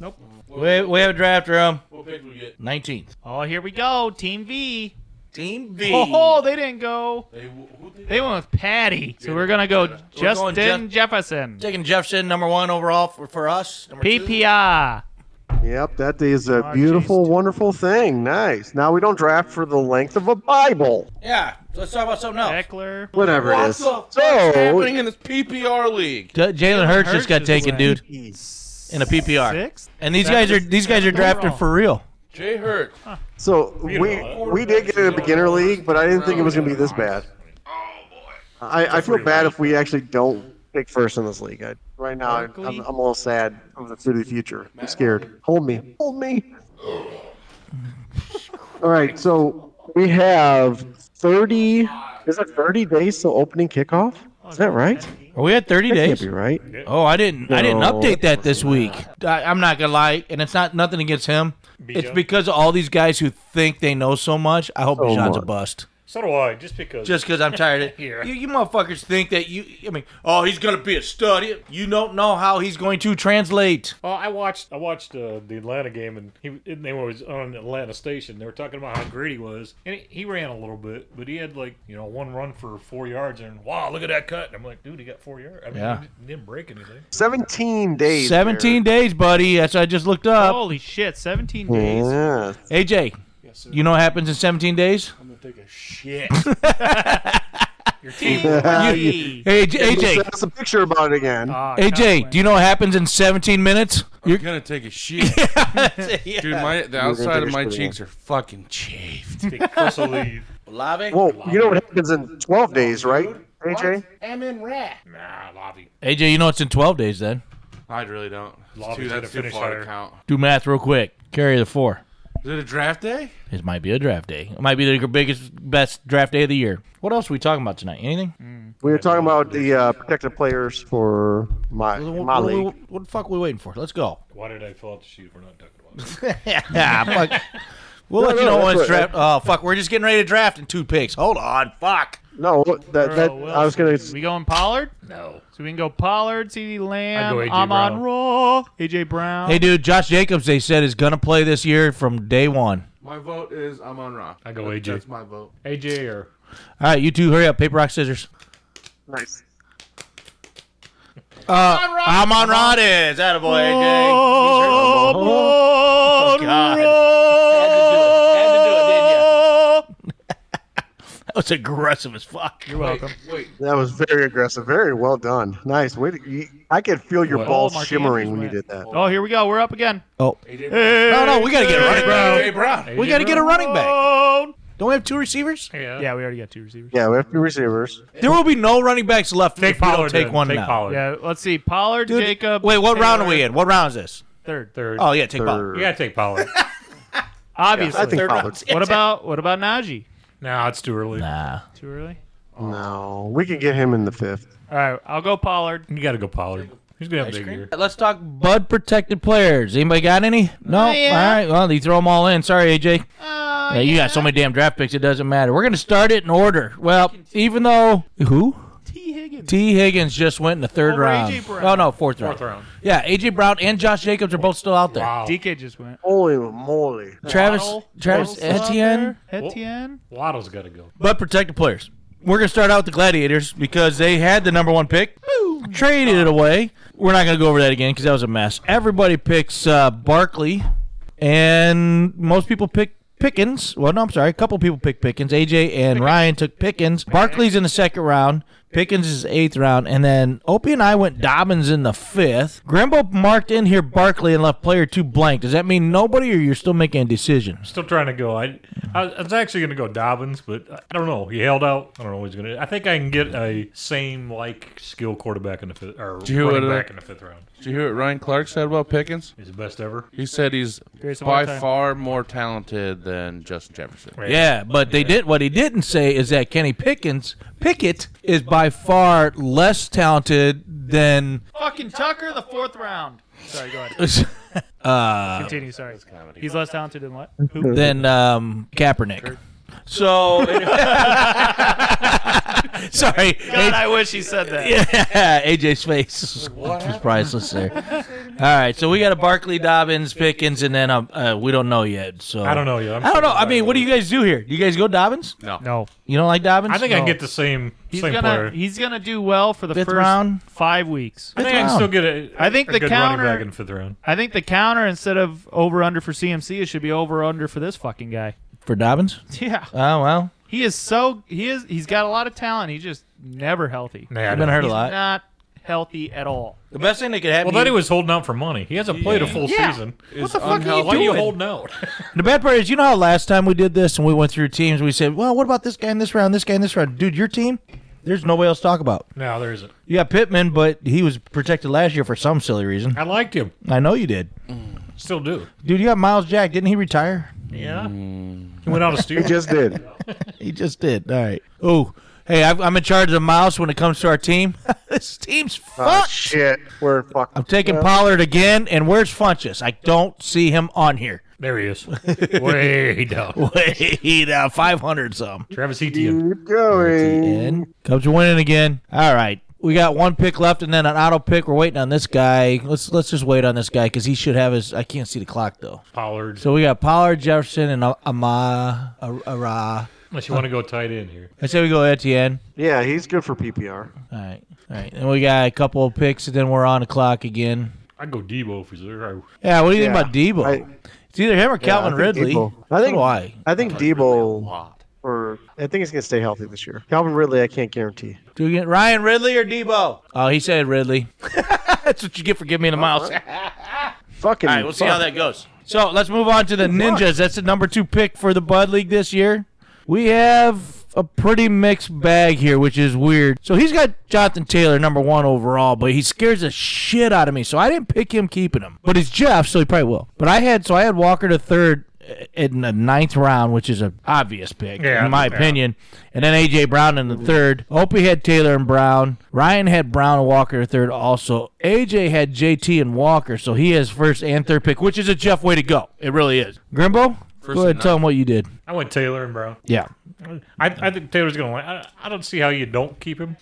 H: Nope.
C: We, we have a draft um, room.
I: What pick we get?
C: 19th.
H: Oh, here we go. Team V.
C: Team V.
H: Oh, they didn't go.
I: They, who they,
H: They went with Patty. So we're going to go Justin
C: Jeff-
H: Jefferson.
C: Taking Jefferson, number one overall for, for us. Number two.
H: PPI.
G: Yep, that is a
H: Oh,
G: beautiful, wonderful thing. Nice. Now we don't draft for the length of a Bible.
C: Yeah, let's talk about something else.
H: Eckler.
G: Whatever it
I: What's
G: is.
I: the fuck's
G: So
I: happening in this PPR league?
C: Jalen Hurts just
H: Hurts
C: got
H: just
C: taken,
H: went.
C: dude, in a PPR.
H: Sixth?
C: And these
H: That's
C: guys are
H: just-
C: these guys are
H: that's
C: drafting
H: wrong.
C: for real.
I: Jay Hurt.
G: So we we did get in a beginner league, but I didn't think it was going to be this bad. I, I feel bad if we actually don't pick first in this league. I, right now, I'm, I'm, I'm a little sad of the, for the future. I'm scared. Hold me. Hold me. All right, so we have 30. Is it 30 days till opening kickoff? Is that right?
C: Are we at 30
G: Can't
C: days?
G: be right.
C: Oh, I didn't. I didn't
G: No.
C: update that this week. I, I'm not gonna lie, and it's not nothing against him. It's because of all these guys who think they know so much. I hope
G: So
C: Bijan's a
G: much.
C: bust.
D: So do I, just because.
C: Just because I'm tired of here. You, you motherfuckers think that you. I mean, oh, he's gonna be a stud. You don't know how he's going to translate.
D: Well, Oh, I watched I watched uh, the Atlanta game, and he and they was on Atlanta station. They were talking about how great he was, and he, he ran a little bit, but he had like you know one run for four yards, and wow, look at that cut! And I'm like, dude, he got four yards. I mean,
C: Yeah.
D: he didn't- he didn't break anything.
G: 17 days.
C: 17 days, buddy. That's what I just looked up.
H: Holy shit, 17
G: Barry.
H: days.
G: Yeah.
C: AJ, you know what happens in 17 days?
D: I'm gonna take a shit.
H: Hey.
C: Hey,
G: Send
C: AJ.
G: us a picture about it again.
H: Ah,
C: AJ, do you know what happens in 17 minutes?
I: You're gonna take a shit, dude. My the outside
G: take a
I: of my
G: shit.
I: cheeks are fucking chafed.
D: Take Chris will leave.
G: Well, you know what happens in 12 days, right, AJ?
D: Nah, Lavi.
C: AJ, you know it's in 12 days then.
I: I really don't. It's
D: Lobby's
I: too,
D: gonna
I: that's too
D: finish
I: far to
D: higher.
I: count.
C: Do math real quick. Carry the four.
I: Is it a draft day?
C: This might be a draft day. It might be the biggest, best draft day of the year. What else are we talking about tonight? Anything?
G: We were talking about the uh, protected players for my, my
C: what, what-
G: league.
C: what- what the fuck are we waiting for? Let's go.
D: Why did I fill out the sheet? if We're not talking about. it?
C: yeah, fuck. We'll
G: No,
C: let you
G: no,
C: know when
G: that's
C: it's
G: what-
C: draft. Oh, fuck. We're just getting ready to draft in two picks. Hold on. Fuck.
G: No, that, that
H: Earl
G: I was gonna.
H: Wilson. We going Pollard? No. So we can go Pollard, CD Lamb,
D: I'd go A.J.
H: Amon
D: Brown.
H: Ra, AJ Brown.
C: Hey, dude, Josh Jacobs, they said, is going to play this year from day one.
I: My vote is I'm on Ra.
D: I go AJ.
I: That's my vote.
D: AJ or
C: All right, you two, hurry up. Paper, rock, scissors.
G: Nice.
C: Uh, I'm on Rod is. Attaboy, AJ.
H: Oh,
C: God. That was aggressive as fuck. You're welcome.
I: Wait,
G: That was very aggressive. Very well done. Nice. Wait, you, I could feel your
D: Well,
G: balls
H: Mark
G: shimmering
H: Andrews
G: when you
H: went.
G: did that.
H: Oh, here we go. We're up again.
C: Oh.
I: AJ
C: No, no, we got to get a running back.
I: Hey, Brown.
C: We got to get a running back.
H: Oh.
C: Don't we have two receivers?
D: Yeah.
H: Yeah, we already got two receivers.
G: Yeah, we have two receivers.
C: There will be no running backs left
D: Take
C: if we
D: Pollard.
C: don't take
D: then.
C: one
D: Take
C: now.
D: Pollard.
H: Yeah, let's see. Pollard,
C: Dude,
H: Jacob.
C: Wait, what round are
H: Taylor.
C: we in? What round is this?
H: Third.
D: Third.
C: Oh, yeah, take Pollard.
G: Third.
D: You gotta take Pollard.
H: Obviously.
G: I think
C: Third
G: Pollard.
C: round.
H: What about what about Najee?
D: nah, it's too early.
C: Nah.
H: Too early.
G: No, we could get him in the fifth.
H: All right, I'll go Pollard.
D: You gotta go Pollard. He's gonna have a big year.
C: Let's talk bud protected players. Anybody got any? No.
H: Oh, yeah.
C: All right. Well, you throw them all in. Sorry, AJ.
H: Oh,
C: Yeah, you got so many damn draft picks, it doesn't matter. We're gonna start it in order. Well, even though who
H: T. Higgins.
C: T Higgins just went in the third
H: Over
C: round.
H: A.J. Brown.
C: Oh no, fourth round.
D: Fourth round.
C: Yeah, AJ Brown and Josh Jacobs are both still out there.
D: Wow.
H: DK just went.
G: Holy moly!
C: Travis,
H: Waddle,
C: Travis
H: Waddle's out
C: Etienne,
H: there. Etienne.
D: Waddle's gotta go.
C: but protect the players. We're gonna start out with the Gladiators because they had the number one pick, traded it away. We're not gonna go over that again because that was a mess. Everybody picks uh, Barkley, and most people pick Pickens. Well, no, I'm sorry, a couple people pick Pickens. AJ and Ryan took Pickens. Barkley's in the second round. Pickens is eighth round, and then Opie and I went Dobbins in the fifth. Grimbo marked in here Barkley and left player two blank. Does that mean nobody, or you're still making a decision?
D: Still trying to go. I, I was- I was actually going to go Dobbins, but I don't know. He held out. I don't know what he's going to. I think I can get a same like skill quarterback in the fifth or
I: you hear
D: running
I: what, uh,
D: back in the fifth round.
I: Did you hear what Ryan Clark said about Pickens?
D: He's the best ever.
I: He said he's
H: Greatest of all
I: by
H: time.
I: far more talented than Justin Jefferson.
C: Yeah, but they did. What he didn't say is that Kenny Pickens Pickett is by far less talented then
H: Fucking Tucker, the fourth round. Sorry, go ahead.
C: uh,
H: Continue. Sorry. He's less talented than what? Who?
C: than um, Kaepernick. So sorry,
H: God, I wish he said that.
C: Yeah, AJ's face was, was priceless there. All right, so we got a Barkley, Dobbins, Pickens, and then um, uh, we don't know yet. So
D: I don't know yet. I'm
C: I don't know. I mean, what do you guys do here? Do you guys go Dobbins?
I: No.
H: No.
C: You don't like Dobbins?
D: I think I
C: No.
D: can get the same
H: He's
D: same
H: gonna
D: player.
H: he's gonna do well for the
C: Fifth
H: first
C: round?
H: five weeks.
D: I think I can still get a.
H: I think
D: a
H: the
D: good
H: counter-
D: running back in fifth round.
H: I think the counter instead of over under for CMC, it should be over under for this fucking guy.
C: for Dobbins.
H: Yeah,
C: Oh well,
H: he is so he is he's got a lot of talent. He's just never healthy.
D: Nah, I
C: I've
D: don't
C: been hurt a
H: He's
C: lot.
H: not healthy at all.
C: The best thing that could happen.
D: Well, then
C: to
D: he
C: you-
D: was holding out for money. He hasn't played a full
H: Yeah.
D: season.
I: Is
H: the fuck are you
I: unhealthy.
D: Why are you
H: doing?
D: holding out?
C: The bad part is, you know how last time we did this and we went through teams, we said, "Well, what about this guy in this round, this guy in this round, dude? Your team? There's nobody else to talk about.
D: no, there isn't.
C: You got Pittman, but he was protected last year for some silly reason.
D: I liked him.
C: I know you did,
D: Still do.
C: dude. You got Miles Jack. Didn't he retire?
D: Yeah. He went out of
G: He
D: steel.
G: just did.
C: He just did. All right. Oh, hey, I've- I'm in charge of Miles when it comes to our team. this team's
G: Oh,
C: fucked.
G: shit. We're fucked.
C: I'm taking Pollard again, and where's Funches? I don't see him on here.
D: there he is. Way down.
C: Wait, uh, 500 some.
D: Travis Etienne.
G: Keep going.
C: In. Cubs are winning again. All right. We got one pick left and then an auto pick. We're waiting on this guy. Let's let's just wait on this guy because he should have his. I can't see the clock though.
D: Pollard.
C: So we got Pollard, Jefferson, and A- Ama Ar- Ara.
D: Unless you want to go tight end here.
C: I say we go Etienne.
G: Yeah, he's good for PPR.
C: All right, all right. And we got a couple of picks, and then we're on the clock again.
D: I'd go Debo for zero.
C: Yeah, what do you
G: Yeah,
C: think about Debo?
G: I-
C: it's either him or Calvin
G: I think
C: Ridley.
G: Debo- I think-
C: so do I.
G: I think
I: A
G: Debo
I: lot.
G: or I think he's gonna stay healthy this year. Calvin Ridley, I can't guarantee.
C: Do we get Ryan Ridley or Debo? Oh, he said Ridley. That's what you get for giving me the mouse.
G: Fucking.
C: All right, we'll see how that goes. So let's move on to the Ninjas. That's the number two pick for the Bud League this year. We have a pretty mixed bag here, which is weird. So he's got Jonathan Taylor, number one overall, but he scares the shit out of me. So I didn't pick him keeping him. But it's Jeff, so he probably will. But I had so I had Walker to third in the ninth round, which is an obvious pick,
D: Yeah,
C: in my
D: yeah.
C: opinion. And then AJ Brown in the third. Opie had Taylor and Brown. Ryan had Brown and Walker in third also. AJ had JT and Walker, so he has first and third pick, which is a Jeff way to go. It really is. Grimbo,
I: First
C: go ahead
I: and
C: and tell him what you did.
D: I went Taylor and Brown.
C: Yeah.
D: I, I think Taylor's going to win. I, I don't see how you don't keep him.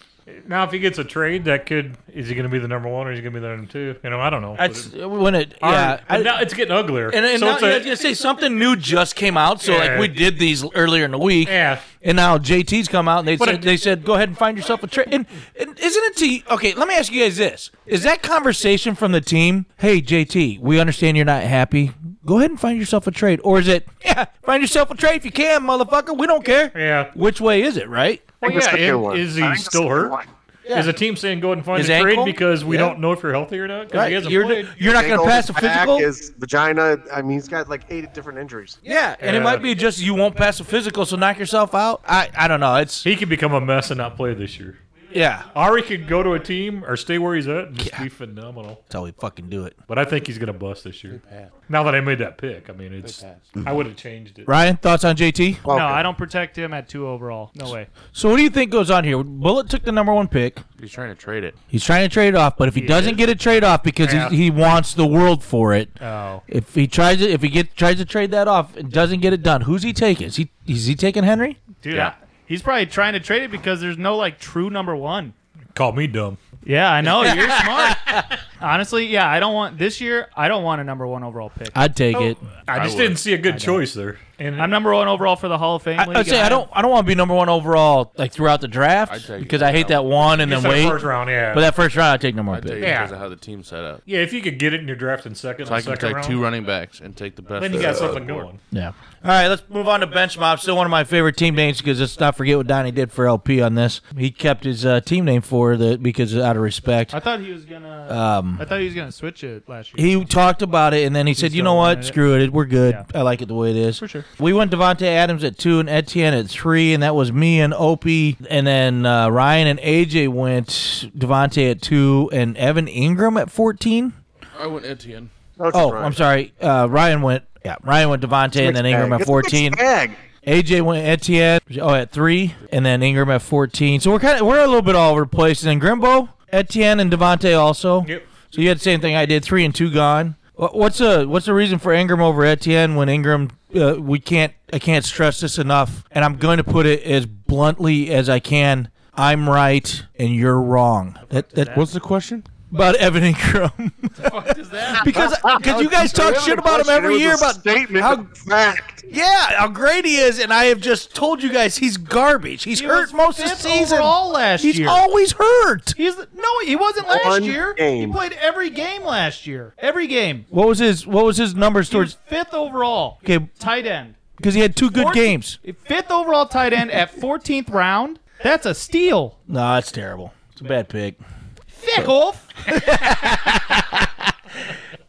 D: Now, if he gets a trade, that could. Is he going to be the number one or is he going to be the number two? You know, I don't know.
C: That's
D: But-
C: when it
D: All
C: yeah.
D: right,
C: I-
D: but now it's getting uglier.
C: and, and
D: so
C: now,
D: it's
C: yeah,
D: a-
C: I was gonna say something new just came out, so like
D: Yeah.
C: we did these earlier in the week,
D: Yeah.
C: and now JT's come out and they
D: But
C: said
D: it-
C: they said go ahead and find yourself a trade. And, and isn't it to okay? Let me ask you guys this: Is that conversation from the team? Hey JT, we understand you're not happy. Go ahead and find yourself a trade, or is it yeah? Find yourself a trade if you can, motherfucker. We don't care.
D: Yeah.
C: Which way is it, right?
D: Well,
G: think it's
D: yeah,
G: the good
D: and
G: one.
D: is
G: I
D: he
G: think it's
D: still
G: the good
D: hurt?
G: one.
D: Is the team saying go ahead and find
C: His
D: a trade
C: ankle?
D: because we
C: Yeah.
D: don't know if you're healthy or not? Because he hasn't
C: You're,
D: played.
C: you're not gonna
G: Ankle,
C: pass a
G: back,
C: physical.
G: His vagina. I mean, he's got like eight different injuries.
C: yeah, and it
D: Yeah.
C: might be just you won't pass a physical, so knock yourself out. I I don't know. It's
D: He could become a mess and not play this year.
C: yeah.
D: Or he could go to a team or stay where he's at and just be phenomenal.
C: That's how we fucking do it.
D: But I think he's going to bust this year. Now that I made that pick, I mean, it's I would have changed it.
C: Ryan, thoughts on JT?
G: Well,
H: No, I don't protect him at two overall. No way.
C: So what do you think goes on here? Bullet took the number one pick.
I: He's trying to trade it.
C: He's trying to trade it off, but if he, doesn't get a trade off because
D: Yeah.
C: he, he wants the world for it,
D: Oh,
C: if he tries it, if he get tries to trade that off and doesn't get it done, who's he taking? Is he is he taking Henry?
H: Dude,
I: Yeah.
H: I- he's probably trying to trade it because there's no like true number one.
D: call me dumb.
H: Yeah, I know. You're smart. Honestly, yeah, I don't want this year. I don't want a number one overall pick.
C: I'd take it.
D: I just
I: would.
D: didn't see a good choice there. And
H: I'm number one overall for the Hall of Fame.
C: I, I'd
H: league,
C: say I
H: and
C: don't I don't want to be number one overall like throughout the
I: I'd
C: draft
I: take
C: because
I: it.
C: I hate that one and then
D: Instead of
C: wait.
D: first round, yeah.
C: But that first round, I take number one
I: I take
C: pick.
I: it
D: Yeah.
I: because of how the team's set up.
D: yeah, if you could get it in your draft in second,
I: So
D: or
I: I can
D: second
I: take
D: round,
I: two running backs and take the best.
D: then you
I: of
D: got
I: the
D: something
I: board.
D: going.
C: Yeah. All right, let's move on to bench mob. Still one of my favorite team names because let's not forget what Donnie did for LP on this. He kept his uh, team name for the because out of respect.
H: I thought he was gonna.
C: Um,
H: I thought he was gonna switch it last year.
C: he talked about it and then he said, "You
H: still
C: know what?
H: wanted it.
C: Screw it. We're good.
H: Yeah.
C: I like it the way it is."
H: For sure.
C: We went Devonte Adams at two and Etienne at three, and that was me and Opie, and then uh, Ryan and AJ went Devonte at two and Evan Ingram at fourteen.
I: I went Etienne.
C: Oh, I'm sorry. Uh, Ryan went. Yeah, Ryan went Devonte and then Ingram at fourteen. AJ went Etienne oh at three, and then Ingram at fourteen. So we're kind of we're a little bit all over the place. And then Grimbo Etienne and Devontae also.
D: Yep.
C: So you had the same thing I did. Three and two gone. Wh- What's the what's the reason for Ingram over Etienne when Ingram? Uh, we can't. I can't stress this enough, and I'm going to put it as bluntly as I can. I'm right and you're wrong. That, that
I: What's the question?
C: about Evan Ingram? because because you guys talk shit about him every year about how
G: fact.
C: yeah how great he is, and I have just told you guys he's garbage. He's hurt most of the season.
H: All last
C: he's
H: year.
C: always hurt.
H: He's no, he wasn't last
G: One
H: year.
G: game.
H: He played every game last year. Every game.
C: What was his What was his numbers
H: He was
C: towards?
H: fifth overall.
C: Okay,
H: Tight end.
C: because he had two good
H: 14
C: games.
H: Fifth overall tight end at 14th round. That's a steal.
C: No, it's terrible. It's a bad pick.
H: Fick off.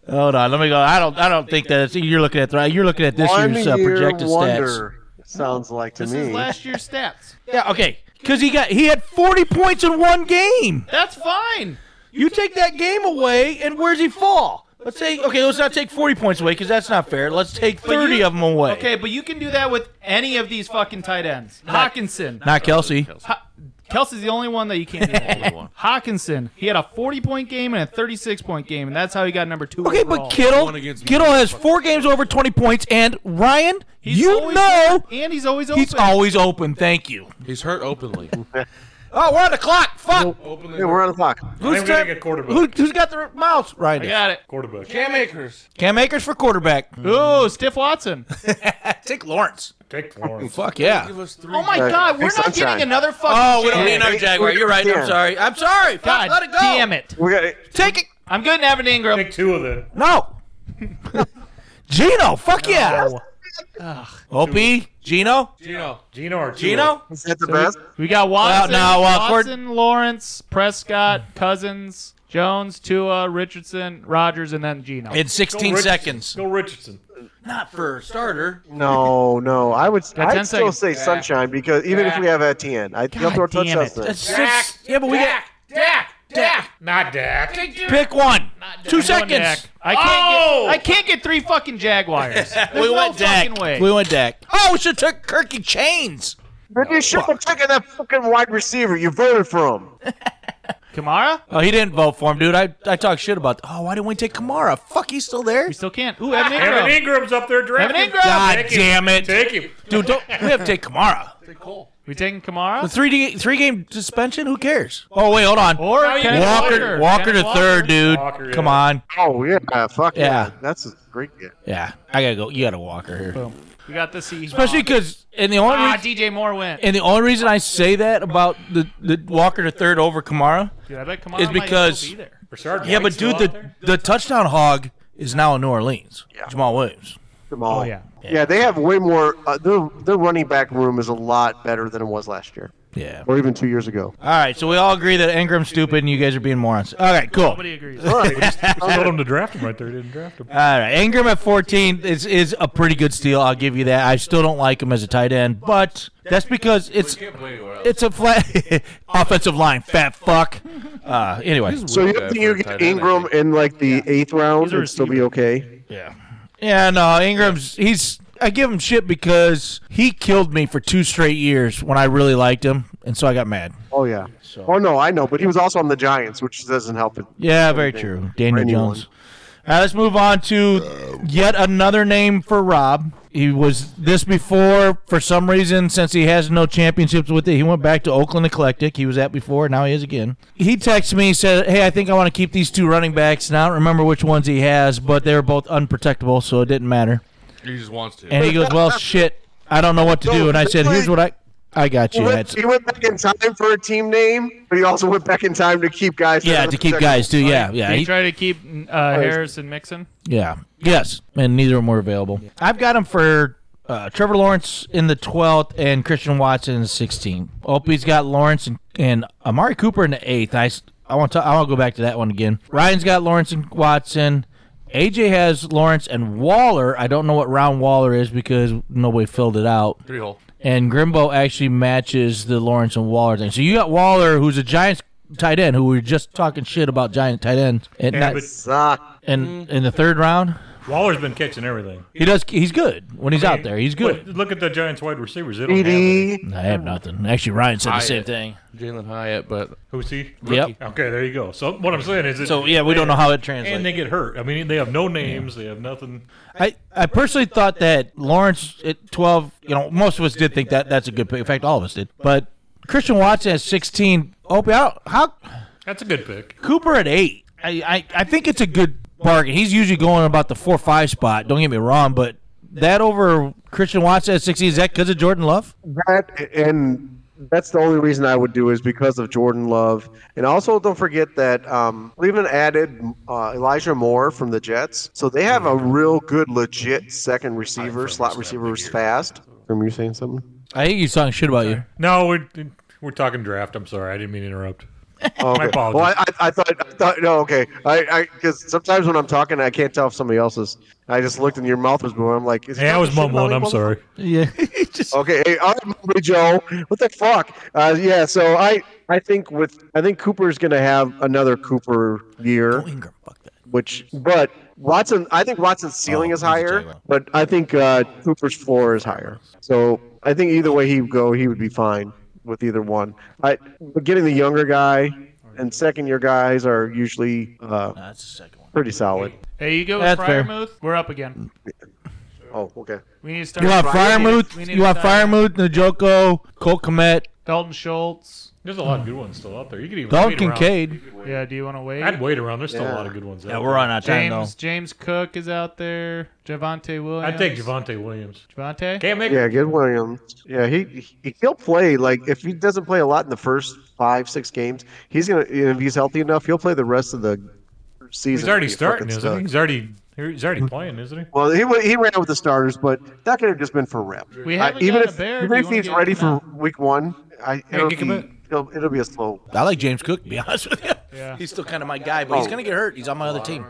C: Hold on, let me go. I don't. I don't think that it's, you're looking at the. You're looking at this
G: One
C: year's uh,
G: year
C: projected stats.
G: wonder, Sounds like to
H: This
G: me.
H: is last year's stats.
C: Yeah. Okay. Because he got he had 40 points in one game.
H: That's fine.
C: You take that game away, and where's he fall? Let's say okay. Let's not take 40 points away because that's not fair. Let's take 30 of them away.
H: Okay, but you can do that with any of these fucking tight ends. Hawkinson.
C: Not Kelsey.
H: Kelsey's the only one that you can't do that with. Hawkinson. He had a 40 point game and a 36 point game, and that's how he got number two.
C: Okay,
H: overall.
C: but Kittle.
I: One against
C: Kittle has four games over 20 points, and Ryan,
H: He's
C: you
H: always
C: know.
H: open, and he's always open.
C: He's always open. Thank you.
I: He's hurt openly.
C: Oh, we're on the clock. Fuck.
I: openly.
G: Yeah, we're on the clock.
D: I
C: Who's
D: think we gotta
C: turn-
D: get quarterback.
C: Who, who's got the mouse? Right.
H: I
C: there.
H: got it.
D: Quarterback.
I: Cam Akers.
C: Cam Akers for quarterback.
H: Ooh, Stiff Watson.
C: Take Lawrence.
D: Take Lawrence.
C: Fuck yeah.
I: Give us three.
H: Oh my
G: Right.
H: God, we're not
G: Sunshine.
H: getting another fucking.
C: Oh, we don't
H: chance.
C: need another Jaguar. You're right. I'm sorry. I'm sorry.
H: God,
C: Fuck, let it go.
H: damn it!
G: We got
C: Take it.
H: I'm good, in Evan Ingram.
D: Take two of them.
C: No. Gino. Fuck yeah.
H: Oh.
C: Opie. Gino.
I: Gino.
D: Gino or Tua?
C: Gino.
G: is that the best?
H: We got Watson,
C: now, uh, Cord-
H: Watson, Lawrence, Prescott, Cousins, Jones, Tua, Richardson, Rogers, and then Geno.
C: In
D: Go
C: 16
D: Richardson.
C: seconds.
D: Go Richardson.
C: Not for starter.
G: No, no. I would.
H: Got 10
G: I'd still
H: seconds.
G: say Sunshine because even if we have Etienne, I he'll throw
H: God damn
G: touchdowns.
H: it.
G: there.
C: That's six. Yeah, but we got
D: Dak. Dak. Not Dak.
C: pick one. Two seconds.
H: I can't.
D: Oh!
H: Get, I can't get three fucking Jaguars. There's
C: We
H: no
C: went
H: fucking
C: Dak.
H: way.
C: We went Dak. Oh, we should took Kirky Chains.
G: Then you should have taken that fucking wide receiver. You voted for him.
H: Kamara,
C: Oh, he didn't vote for him, dude. I, I talk shit about. Oh, why didn't we take Kamara? Fuck, he's still there.
H: we still can't. Ooh, Evan
D: Evan
H: Ingram.
D: Ingram's up there drafting.
H: Evan Ingram.
C: God
D: Take him.
C: damn it,
D: Take him.
C: dude! Don't we have to take Kamara?
H: We taking
C: A
H: Kamara
C: three D, three game suspension? Who cares? Oh wait, hold on.
H: or Kenneth
C: Walker, Walker to
H: Kenneth
C: third, dude.
D: Walker, yeah.
C: Come on.
G: Oh yeah, fuck
C: Yeah.
G: yeah. That's a great get.
C: Yeah, I gotta go. You gotta Walker here,
H: We got the C.
C: especially because and the only
H: ah,
C: reas-
H: DJ Moore went.
C: and the only reason I say that about the, the Walker to third over Kamara.
H: Dude, I bet Kamara
C: It's
H: might
C: because-
H: still be there.
D: Rashard
C: Yeah, but
D: White's
C: dude,
D: still out
C: the
D: there?
C: the touchdown hog is now in New Orleans. Jamal Williams.
G: Jamal.
H: Oh, yeah.
G: Yeah, they have way more. Uh, their their running back room is a lot better than it was last year,
C: Yeah.
G: or even two years ago.
C: All right, so we all agree that Ingram's stupid, and you guys are being morons. All right, cool.
H: Nobody agrees.
D: I told him to draft him right there. He didn't draft him.
C: All right, Ingram at 14 is is a pretty good steal. I'll give you that. I still don't like him as a tight end, but that's because it's
I: Can't play anywhere else.
C: it's a flat offensive line, fat fuck. Uh, anyway,
I: This is
G: So
I: really
G: you
I: bad
G: think
I: for
G: you
I: a tight
G: get
I: end, I
G: Ingram
I: think.
G: in like the eighth round and still be okay?
C: yeah, no, uh, Ingram's he's I give him shit because he killed me for two straight years when I really liked him, and so I got mad.
G: Oh yeah. Oh no, I know, but he was also on the Giants, which doesn't help it.
C: Yeah, very true. Daniel
G: anyone.
C: Jones. All right, let's move on to yet another name for Rob. He was this before for some reason since he has no championships with it. He went back to Oakland Eclectic. He was at before. Now he is again. He texted me said, "Hey, I think I want to keep these two running backs. Now I don't remember which ones he has, but they were both unprotectable, so it didn't matter."
I: He just wants to.
C: And he goes, "Well, shit, I don't know what to do." And I said, "Here's what I, I got
G: He
C: you."
G: went,
C: That's,
G: he went back in time for a team name, but he also went back in time to keep guys. that
C: yeah,
G: are
C: to keep
G: protected.
C: guys too. Yeah, yeah.
H: They
C: He-
H: try to keep uh, Harris and Mixon.
C: Yeah. Yes. And neither of them were available. I've got them for uh, Trevor Lawrence in the 12th and Christian Watson in the 16th. Opie's got Lawrence and, and Amari Cooper in the 8th. I, s- I want to I want to go back to that one again. Ryan's got Lawrence and Watson. AJ has Lawrence and Waller. I don't know what round Waller is because nobody filled it out.
I: Three hole.
C: And Grimbo actually matches the Lawrence and Waller thing. So you got Waller, who's a Giants tight end, who we were just talking shit about Giant tight ends, and, not,
G: Suck.
C: and in the third round.
D: Waller's been catching everything.
C: He does. He's good when he's
D: I
C: out
D: mean,
C: there. He's good.
D: Look, look at the Giants wide receivers. They don't have any.
C: I have nothing. Actually, Ryan said the same thing.
I: Jalen Hyatt, but
D: who's he?
C: Yep.
D: Okay, there you go. So what I'm saying is, that-
C: So, yeah, we don't know how it translates.
D: And they get hurt. I mean, they have no names. They have nothing.
C: I, I personally thought that Lawrence at 12, you know, most of us did think that that's a good pick. In fact, all of us did. But Christian Watson at 16, Opie, how, how
D: That's a good pick.
C: Cooper at 8, I, I, I think it's a good bargain. He's usually going about the 4 5 spot. Don't get me wrong, but that over Christian Watson at 16, is that because of Jordan Love?
G: That and that's the only reason I would do is because of Jordan Love, and also don't forget that um, Cleveland added uh, Elijah Moore from the Jets, so they have a real good, legit second receiver, slot receivers fast. Remember you saying something?
C: I think he's talking shit about you.
D: No, we're we're talking draft. I'm sorry, I didn't mean to interrupt.
G: Oh, okay.
D: My apologies.
G: Well, I, I, I thought, I thought, no, okay. I, because sometimes when I'm talking, I can't tell if somebody else is. I just looked and your mouth was moving. I'm like, is he
D: hey, I
G: talking
D: was
G: shit about
D: mumbling.
G: me,
D: I'm
G: mother-
D: sorry.
C: Yeah.
G: Okay, hey, all right, Mummy Joe. What the fuck? Uh, yeah, so I, I think with I think Cooper's gonna have another Cooper year.
C: Oh,
G: Which, but Watson, I think Watson's ceiling
C: Oh,
G: is higher, but I think uh, Cooper's floor is higher. So I think either way he would go, he would be fine with either one. I, but getting the younger guy and second year guys are usually uh,
C: that's the second one.
G: pretty solid.
H: Hey, you go with
C: That's fair.
H: Fryermuth. We're up again.
G: Oh, okay.
H: We need to start.
C: You want
H: We
C: Fryermuth?
H: need
C: You want
H: to start-
C: Fryermuth, Najoko, Cole Komet,
H: Dalton Schultz.
D: There's a lot of good ones still out there. You could even
C: Dalton
D: wait around.
C: Kincaid.
H: Yeah, do you want to wait?
D: I'd wait around. There's still a
G: Yeah.
D: lot of good ones.
C: Yeah,
D: out
C: we're on our time, though.
H: James James Cook is out there. Javante
D: there.
H: Williams.
D: I'd take Javante Williams.
H: Javante.
D: Cam Akers.
G: Yeah, get Williams. Yeah, he he- he'll play. Like if he doesn't play a lot in the first five six games, he's gonna. If he's healthy enough, he'll play the rest of the season.
D: He's already
G: He fucking
D: starting, isn't he?
G: sucks.
D: He's already he's already playing, isn't he?
G: Well, he wa- he ran with the starters, but that could have just been for rep.
H: We
G: Uh,
H: haven't
G: even
H: gotten
G: if
H: a bear.
G: even
H: Do you
G: if
H: wanna
G: he's
H: get
G: ready
H: him
G: for
H: out?
G: week one, I it'll
D: kick him
G: be
D: out.
G: it'll, it'll be a slow.
C: I like James Cook, to be honest with you.
H: Yeah.
C: He's still kind of my guy, but he's going to get hurt. He's on my other team.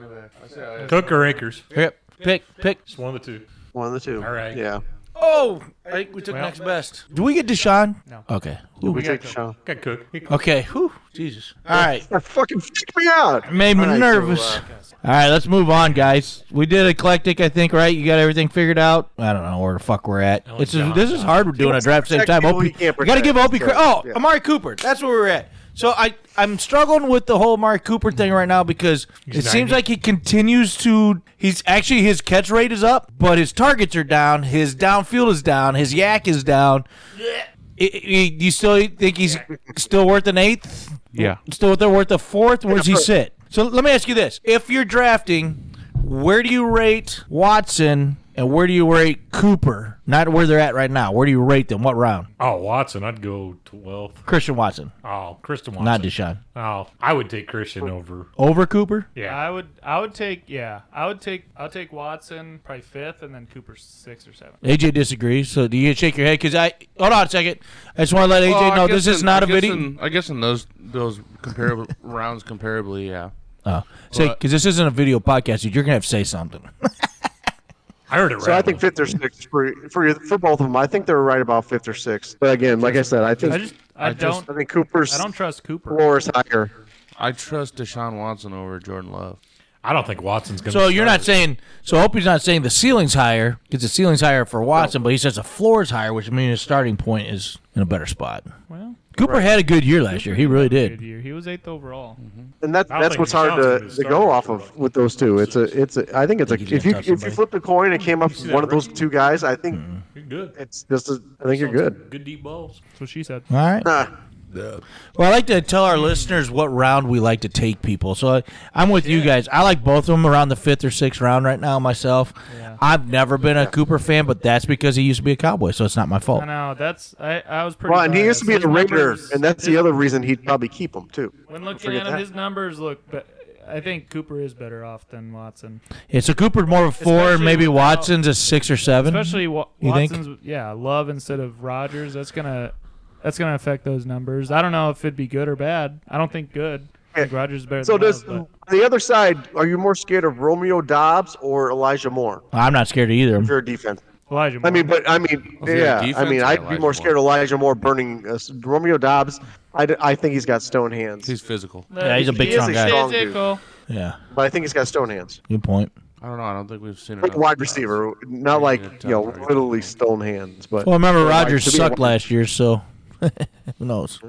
D: Cook or Akers?
C: Yep. Pick, pick.
D: It's one of the two.
G: One of the two.
D: All right.
G: Yeah.
C: Oh, I think we took next best. Do we get Deshaun? No. Okay.
G: We take Sean.
D: Got Cook. He-
C: Okay. Whew. Jesus. All right.
G: Fucking freak me out.
C: Made me
G: All right, so,
C: nervous.
G: uh,
C: All right, let's move on, guys. We did eclectic, I think, right? You got everything figured out. I don't know where the fuck we're at. It's this is hard doing a draft same time.
G: protect people
C: Opie,
G: he can't
C: you got to give
G: protect.
C: Opie
G: Yeah,
C: credit. Oh,
G: yeah.
C: Amari Cooper. That's where we're at. So I I'm struggling with the whole Amari Cooper thing right now because it seems
D: 90.
C: like he continues to. He's actually his catch rate is up, but his targets are down. His downfield is down. His yak is down. I- I- you still think he's still worth an eighth?
I: Yeah.
C: Still worth- they're worth a fourth. Where does he sit? So let me ask you this: If you're drafting, where do you rate Watson and where do you rate Cooper? Not where they're at right now. Where do you rate them? What round?
D: Oh, Watson. I'd go 12th.
C: Christian Watson,
D: Oh, Kristen Watson.
C: not Deshaun.
D: Oh, I would take Christian over.
C: Over Cooper.
D: Yeah.
H: I would I would take yeah I would take I'll take Watson probably fifth and then Cooper sixth or seventh.
C: AJ disagrees. So do you shake your head? Because I hold on a second. I just want to let AJ
I: Well, I
C: know
I: guess
C: this is
I: in-
C: not
I: I
C: a
I: guess
C: video.
I: in- I guess in those those comparable rounds comparably, yeah.
C: oh, say
I: uh,
C: because this isn't a video podcast. dude. You're gonna have to say something.
D: I heard it right.
G: So I think fifth or sixth for for for both of them. I think they're right about fifth or sixth. But again, like I said, I think
H: I just I,
I: just-
H: don't
G: I think Cooper's
H: I don't trust Cooper.
G: floor is higher.
I: I trust Deshaun Watson over Jordan Love.
D: I don't think Watson's going to
C: So you're not saying so Opie's not saying the ceiling's higher because the ceiling's higher for Watson, but he says the floor is higher, which means his starting point is in a better spot.
H: Well,
C: Cooper had a good year last year. He really
H: good
C: did.
H: year. He was eighth overall.
D: Hmm.
G: And that's
D: I don't
G: that's
D: think
G: what's
D: Deshaun's gonna
G: hard to,
D: be
G: to
D: starting
G: go off of with those two. It's a it's a I think it's a
C: he's
G: if you
C: gonna touch
G: if you
C: somebody.
G: flip the coin and came up with
D: that
G: one of those
D: rookie?
G: two guys, I think
D: You're good.
G: it's just a, I think you're good.
D: Good deep balls.
H: That's what she said.
C: All right.
G: Nah,
C: Well, I like to tell our listeners what round we like to take people. So I, I'm with you guys. I like both of them around the fifth or sixth round right now myself. I've never been a Cooper fan, but that's because he used to be a Cowboy, so it's not my fault.
H: I know that's I I was pretty.
G: well, and he used to be
H: biased.
G: a
H: His
G: Raider,
H: numbers-
G: and that's the other reason he'd probably keep him too.
H: When looking
G: forget
H: at him,
G: that.
H: his numbers look. But I think Cooper is better off than Watson,
C: Yeah, so Cooper's more of a four, and
H: Especially
C: maybe
H: without-
C: Watson's a six or seven.
H: especially Wa-
C: You think?
H: Watson's. Yeah, Love instead of Rogers. That's gonna that's gonna affect those numbers. I don't know if it'd be good or bad. I don't think good. I think Rogers is better.
G: So
H: than
G: does
H: Love,
G: the other side? Are you more scared of Romeo Dobbs or Elijah Moore
C: I'm not scared of either.
G: if you're a defense?
H: but Elijah.
G: I
H: Moore.
G: mean, but I mean,
I: you're a
G: yeah. I
I: defense
G: mean,
I: or
G: I'd be
I: Elijah
G: more scared of Elijah Moore burning uh, Romeo Dobbs. I, d- I think he's got stone hands,
I: He's physical.
C: Yeah, he's a big
H: He is
C: strong guy.
G: Strong dude.
H: physical.
C: Yeah,
G: but I think he's got stone hands.
C: good point.
I: I don't know. I don't think we've seen it.
G: Like wide receiver, not like you know literally stone hands, but.
C: Well, I remember
G: Like,
C: Rodgers
G: to be
C: sucked
G: one- Mm-hmm.
C: last year, so who knows?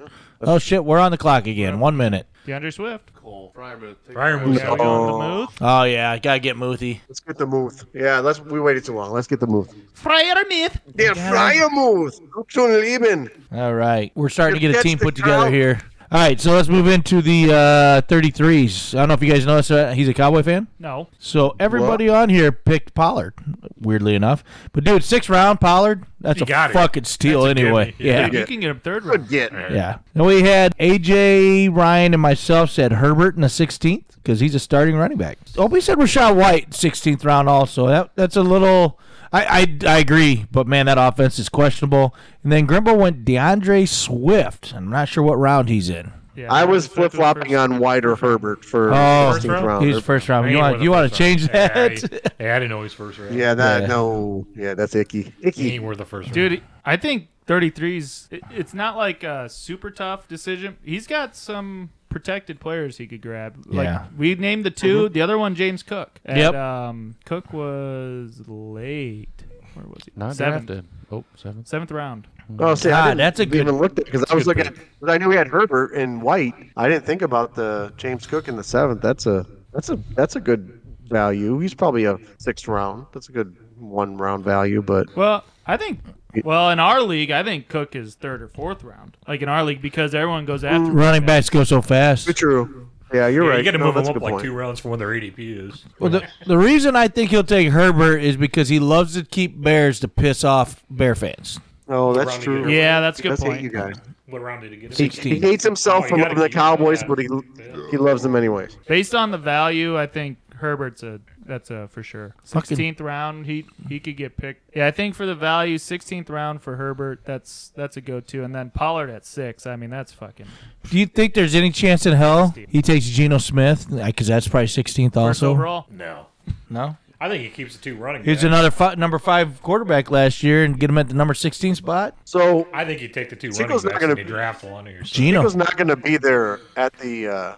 C: Oh shit, we're on the clock again. One minute.
H: DeAndre Swift.
I: Cole. Fryermuth.
D: Fryermuth.
G: No.
H: Muth.
C: Oh yeah, I gotta get Mouthy.
G: Let's get the move. Yeah, let's. We waited too long. Let's get the move.
H: Friar Myth.
G: Der Freiermuth, schon leben.
C: All right, we're starting to
G: If
C: get a
G: that's
C: team
G: the
C: put together
G: cow-
C: here. All right, so let's move into the uh, 33s. I don't know if you guys noticed that he's a Cowboy fan.
H: No.
C: So everybody on here picked Pollard, weirdly enough. But dude, six round Pollard, that's
D: You
C: a
D: got it.
C: fucking steal
D: That's a
C: anyway.
D: gimme.
C: Yeah.
H: You can get him third round.
G: Good get.
C: Yeah. And we had AJ Ryan and myself said Herbert in the 16th because he's a starting running back. Oh, we said Rashad White 16th round also. That that's a little. I, I, I agree, but man, that offense is questionable. And then Grimble went DeAndre Swift. I'm not sure what round he's in.
H: Yeah,
G: I
H: DeAndre
G: was
H: Swift
G: flip
H: the first-
G: flopping on wider Herbert for
C: Oh.
G: 16th
D: First
G: round.
C: He's first round. You
D: Ain't
C: want
D: worth
C: you
D: a
C: want to
D: first
C: change
D: round. Yeah, I-
C: that?
D: Yeah, I didn't know he was first round.
G: Yeah, that
C: Yeah.
G: no. Yeah, that's icky.
D: He
G: Icky.
D: ain't worth the first round.
H: Dude, I think 33's it, it's not like a super tough decision. He's got some protected players he could grab. Like
C: Yeah.
H: we named the 2 the other one James Cook. And,
C: Yep.
H: um Cook was late. Where was he?
I: Not
H: seventh.
I: drafted. Oh, seventh.
H: Seventh round.
G: Oh, see,
C: God,
G: I didn't
C: that's a good-
G: even looked at because I was looking at. But I knew we had Herbert and White. I didn't think about the James Cook in the seventh. That's a that's a that's a good value. He's probably a sixth round. That's a good one round value, but
H: Well, I think well, in our league, I think Cook is third or fourth round. Like in our league, because everyone goes
G: Mm.
H: after
C: Running backs go so fast.
G: true. Yeah, you're
D: Yeah,
G: right.
D: you got to
G: No,
D: move
G: that's
D: them
G: a
D: up
G: good
D: like
G: point.
D: two rounds from where their ADP is.
C: Well, the, the reason I think he'll take Herbert is because he loves to keep Bears to piss off Bear fans.
G: No, that's
D: Rounding
G: true.
D: it.
H: Yeah, that's
G: He
H: a good
G: does hate
H: point.
G: you guys.
D: What round did he get?
G: He,
D: in?
G: he hates himself
D: Oh,
G: for
D: you
G: loving
D: gotta
G: the
D: keep
G: Cowboys,
D: that.
G: but he
D: Yeah.
G: he loves them anyways.
H: Based on the value, I think Herbert's a that's a for sure. Sixteenth round, he he could get picked. Yeah, I think for the value, sixteenth round for Herbert, that's that's a go to. And then Pollard at six. I mean, that's fucking.
C: Do you think there's any chance in hell he takes Geno Smith? Because that's probably 16th
H: First
C: also.
H: overall,
D: No.
C: No.
D: I think he keeps the two running
C: He's
D: backs.
C: another fi- number five quarterback last year and get him at the number 16 spot.
G: So
D: I think you take the two
G: Siegel's
D: running backs
G: not gonna
D: and you
G: be-
D: draft one of your
C: Geno.
G: Nico's not going to be there at the uh,